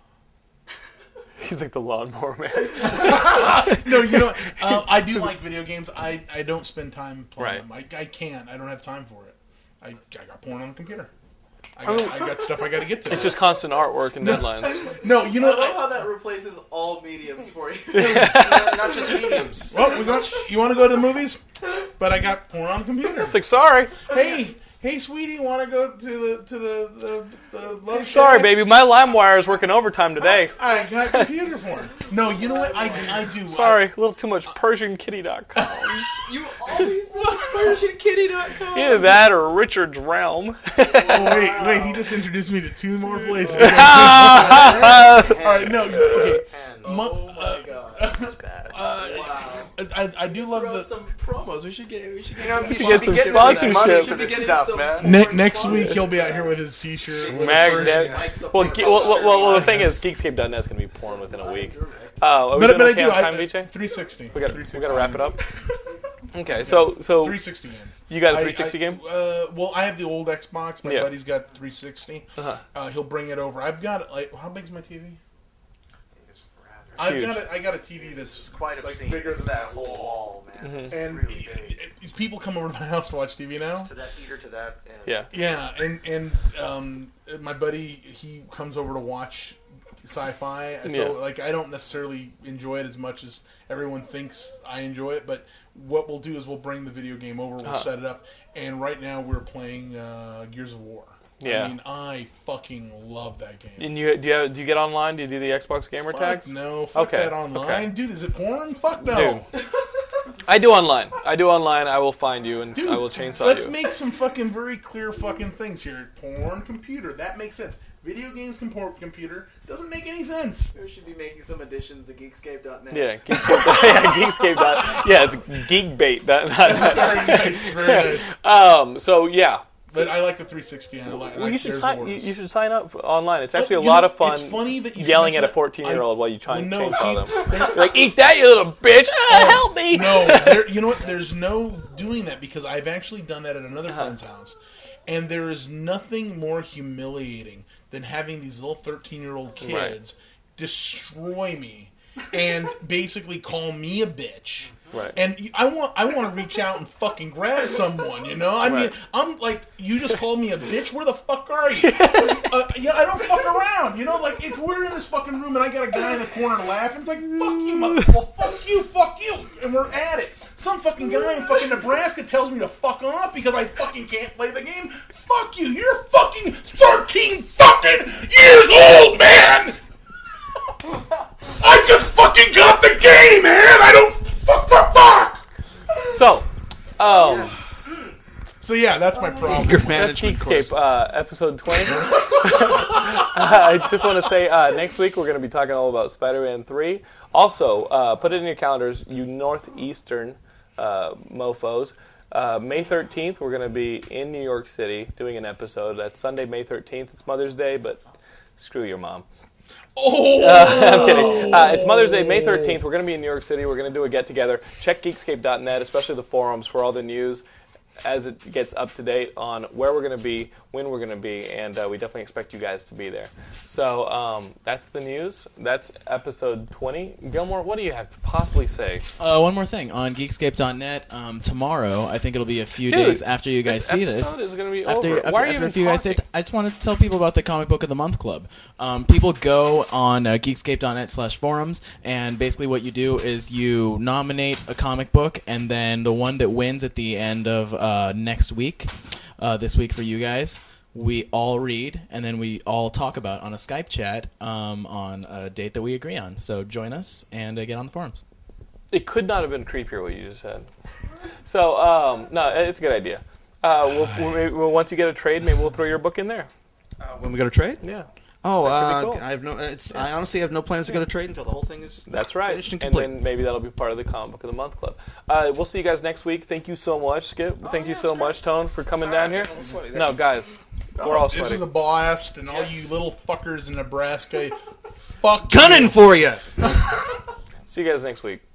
[SPEAKER 1] He's like the lawnmower man.
[SPEAKER 2] no, you know, uh, I do like video games. I, I don't spend time playing
[SPEAKER 1] Right.
[SPEAKER 2] them. I, I can't. I don't have time for it. I, I got porn on the computer. I got, I got stuff I got to get to.
[SPEAKER 1] Oh. It's just constant artwork and deadlines.
[SPEAKER 2] no, you know.
[SPEAKER 4] I love
[SPEAKER 2] I-
[SPEAKER 4] how that replaces all mediums for you. not just mediums.
[SPEAKER 2] well, we got, you want to go to the movies? But I got porn on the computer.
[SPEAKER 1] It's like, sorry,
[SPEAKER 2] hey, hey, sweetie, want to go to the to the the, the love
[SPEAKER 1] sorry,
[SPEAKER 2] shack?
[SPEAKER 1] baby. My LimeWire is working overtime today.
[SPEAKER 2] I got computer porn. No, you know what? I, I do.
[SPEAKER 1] Sorry, a little too much PersianKitty.com.
[SPEAKER 4] You always want virginkitty.com.
[SPEAKER 1] Either that or Richard's Realm.
[SPEAKER 2] Oh wait, wait. He just introduced me to two more places. All right, no. you- Okay. Mo- uh,
[SPEAKER 4] oh my god. wow.
[SPEAKER 2] I, I do love
[SPEAKER 4] Bro,
[SPEAKER 2] the.
[SPEAKER 4] some promos. We should get. We should get. some
[SPEAKER 1] should get some sponsorship.
[SPEAKER 4] We
[SPEAKER 1] Money
[SPEAKER 4] should
[SPEAKER 1] for
[SPEAKER 4] be getting some
[SPEAKER 2] Ne-
[SPEAKER 4] more
[SPEAKER 2] next
[SPEAKER 4] sponsors.
[SPEAKER 2] week he'll be out here with his t-shirt. with his version.
[SPEAKER 1] Magnet.
[SPEAKER 4] Like some
[SPEAKER 1] Well,
[SPEAKER 4] kind
[SPEAKER 1] ge-
[SPEAKER 4] of
[SPEAKER 1] well, well, well, well, the thing is,
[SPEAKER 4] monster.
[SPEAKER 1] Geekscape.net's going to be porn within a week. Uh, are we doing
[SPEAKER 2] But, but I
[SPEAKER 1] okay
[SPEAKER 2] do.
[SPEAKER 1] on
[SPEAKER 2] I,
[SPEAKER 1] time, VJ?
[SPEAKER 2] 360.
[SPEAKER 1] We got to wrap it up. Okay, so so
[SPEAKER 2] 360 game.
[SPEAKER 1] Oh. you got a
[SPEAKER 2] I-
[SPEAKER 1] 360
[SPEAKER 2] I-
[SPEAKER 1] game?
[SPEAKER 2] Uh, well, I have the old Xbox. My
[SPEAKER 1] Yeah. Uh-huh.
[SPEAKER 2] buddy's got 360. uh he'll bring it over. I've got like how big's my TV? I've
[SPEAKER 1] Huge.
[SPEAKER 2] got a, I got a TV that's
[SPEAKER 4] Quite
[SPEAKER 2] like
[SPEAKER 4] obscene.
[SPEAKER 2] bigger
[SPEAKER 4] It's
[SPEAKER 2] than
[SPEAKER 4] that whole wall, man. It's
[SPEAKER 2] And
[SPEAKER 4] really big.
[SPEAKER 2] people come over to my house to watch TV now.
[SPEAKER 4] To that eater, to that. And
[SPEAKER 1] Yeah.
[SPEAKER 2] Yeah, and and um, my buddy he comes over to watch sci-fi, so
[SPEAKER 1] Yeah.
[SPEAKER 2] like I don't necessarily enjoy it as much as everyone thinks I enjoy it. But what we'll do is we'll bring the video game over,
[SPEAKER 1] Ah.
[SPEAKER 2] we'll set it up, and right now we're playing uh, Gears of War.
[SPEAKER 1] Yeah.
[SPEAKER 2] I mean I fucking love that game.
[SPEAKER 1] And you do you, have, do you get online? Do you do the Xbox gamer
[SPEAKER 2] Fuck
[SPEAKER 1] tags?
[SPEAKER 2] no, fuck
[SPEAKER 1] Okay,
[SPEAKER 2] that online,
[SPEAKER 1] okay.
[SPEAKER 2] dude. Is it porn? Fuck no.
[SPEAKER 1] I do online. I do online. I will find you and
[SPEAKER 2] Dude,
[SPEAKER 1] I will chainsaw
[SPEAKER 2] let's
[SPEAKER 1] you.
[SPEAKER 2] make some fucking very clear fucking things here. Porn computer. That makes sense. Video games com- por- computer doesn't make any sense.
[SPEAKER 4] We should be making some additions to Geekscape.net.
[SPEAKER 1] yeah, Geekscape. yeah, Geekscape. Dot, yeah, it's geekbait. Dot, dot, dot.
[SPEAKER 2] Very nice, very nice.
[SPEAKER 1] Um. So yeah,
[SPEAKER 2] But I like the 360. And I like,
[SPEAKER 1] well,
[SPEAKER 2] like
[SPEAKER 1] you should
[SPEAKER 2] there's
[SPEAKER 1] sign. You,
[SPEAKER 2] awards.
[SPEAKER 1] you should sign up for- online. It's
[SPEAKER 2] But,
[SPEAKER 1] actually a
[SPEAKER 2] you
[SPEAKER 1] lot
[SPEAKER 2] know,
[SPEAKER 1] of fun.
[SPEAKER 2] It's funny that you should
[SPEAKER 1] yelling at
[SPEAKER 2] mention
[SPEAKER 1] a
[SPEAKER 2] that.
[SPEAKER 1] 14 year old while you try
[SPEAKER 2] Well,
[SPEAKER 1] and
[SPEAKER 2] no,
[SPEAKER 1] chainsaw
[SPEAKER 2] see,
[SPEAKER 1] them.
[SPEAKER 2] there-
[SPEAKER 1] like, eat that, you little bitch! Ah, help me!
[SPEAKER 2] no, there, you know what? There's no doing that because I've actually done that at another
[SPEAKER 1] Uh-huh.
[SPEAKER 2] friend's house, and there is nothing more humiliating than having these little thirteen-year-old kids destroy me and basically call me a bitch.
[SPEAKER 1] Right.
[SPEAKER 2] And you- I want I want to reach out and fucking grab someone, you know? I mean,
[SPEAKER 1] Right.
[SPEAKER 2] I'm like, you just called me a bitch. Where the fuck are you? uh, yeah, I don't fuck around, you know. Like if we're in this fucking room and I got a guy in the corner laughing, it's like fuck you, mother. Well, fuck you, fuck you, and we're at it. Some fucking guy in fucking Nebraska tells me to fuck off because I fucking can't play the game. Fuck you. You're fucking thirteen fucking years old, man. I just fucking got the game, man. I don't fuck fuck fuck.
[SPEAKER 1] So, um,
[SPEAKER 2] So yeah, that's my problem.
[SPEAKER 3] Your
[SPEAKER 1] that's
[SPEAKER 3] management
[SPEAKER 1] Geekscape,
[SPEAKER 3] course.
[SPEAKER 1] uh, episode 20. I just want to say uh, next week we're going to be talking all about Spider Man 3. Also, uh, put it in your calendars, you Northeastern uh, mofos. Uh, May 13th, we're going to be in New York City doing an episode. That's Sunday, May 13th. It's Mother's Day, but screw your mom.
[SPEAKER 2] Oh,
[SPEAKER 1] I'm kidding. Uh, it's Mother's Day, May 13th. We're going to be in New York City. We're going to do a get together. Check geekscape.net, especially the forums for all the news as it gets up to date on where we're going to be, when we're going to be, and uh, we definitely expect you guys to be there. So um, that's the news. That's episode 20. Gilmore, what do you have to possibly say?
[SPEAKER 5] Uh, one more thing on Geekscape.net. Um, tomorrow, I think it'll be a few
[SPEAKER 1] Dude,
[SPEAKER 5] days after you
[SPEAKER 1] this
[SPEAKER 5] guys see
[SPEAKER 1] episode
[SPEAKER 5] this.
[SPEAKER 1] is gonna be
[SPEAKER 5] after,
[SPEAKER 1] over.
[SPEAKER 5] After,
[SPEAKER 1] Why are you
[SPEAKER 5] after
[SPEAKER 1] even
[SPEAKER 5] a few guys say,
[SPEAKER 1] talking?
[SPEAKER 5] I just want to tell people about the Comic Book of the Month Club. Um, people go on uh, Geekscape.net/forums, and basically what you do is you nominate a comic book, and then the one that wins at the end of uh, next week, uh, this week for you guys. We all read and then we all talk about on a Skype chat um, on a date that we agree on. So join us and uh, get on the forums.
[SPEAKER 1] It could not have been creepier what you just said. So, um, no, it's a good idea. Uh, we'll, we'll, maybe- well, once you get a trade, maybe we'll throw your book in there.
[SPEAKER 3] Uh, when we go to trade?
[SPEAKER 1] Yeah.
[SPEAKER 3] Oh,
[SPEAKER 1] That
[SPEAKER 3] uh,
[SPEAKER 1] could be cool.
[SPEAKER 3] I have no. It's, I honestly have no plans to go to trade until the whole thing is
[SPEAKER 1] That's right.
[SPEAKER 3] finished and
[SPEAKER 1] and
[SPEAKER 3] complete.
[SPEAKER 1] then maybe that'll be part of the comic book of the month club. Uh, we'll see you guys next week. Thank you so much, Skip. Thank you
[SPEAKER 4] Oh, yeah,
[SPEAKER 1] so
[SPEAKER 4] it's great.
[SPEAKER 1] much, Tone, for coming
[SPEAKER 4] Sorry,
[SPEAKER 1] down
[SPEAKER 4] I'm
[SPEAKER 1] here.
[SPEAKER 4] getting a little sweaty there. Oh,
[SPEAKER 1] No, guys, we're all
[SPEAKER 2] This
[SPEAKER 1] sweaty.
[SPEAKER 2] was a blast, and all you little fuckers in Nebraska, fuck you.
[SPEAKER 3] gunning for you.
[SPEAKER 1] see you guys next week.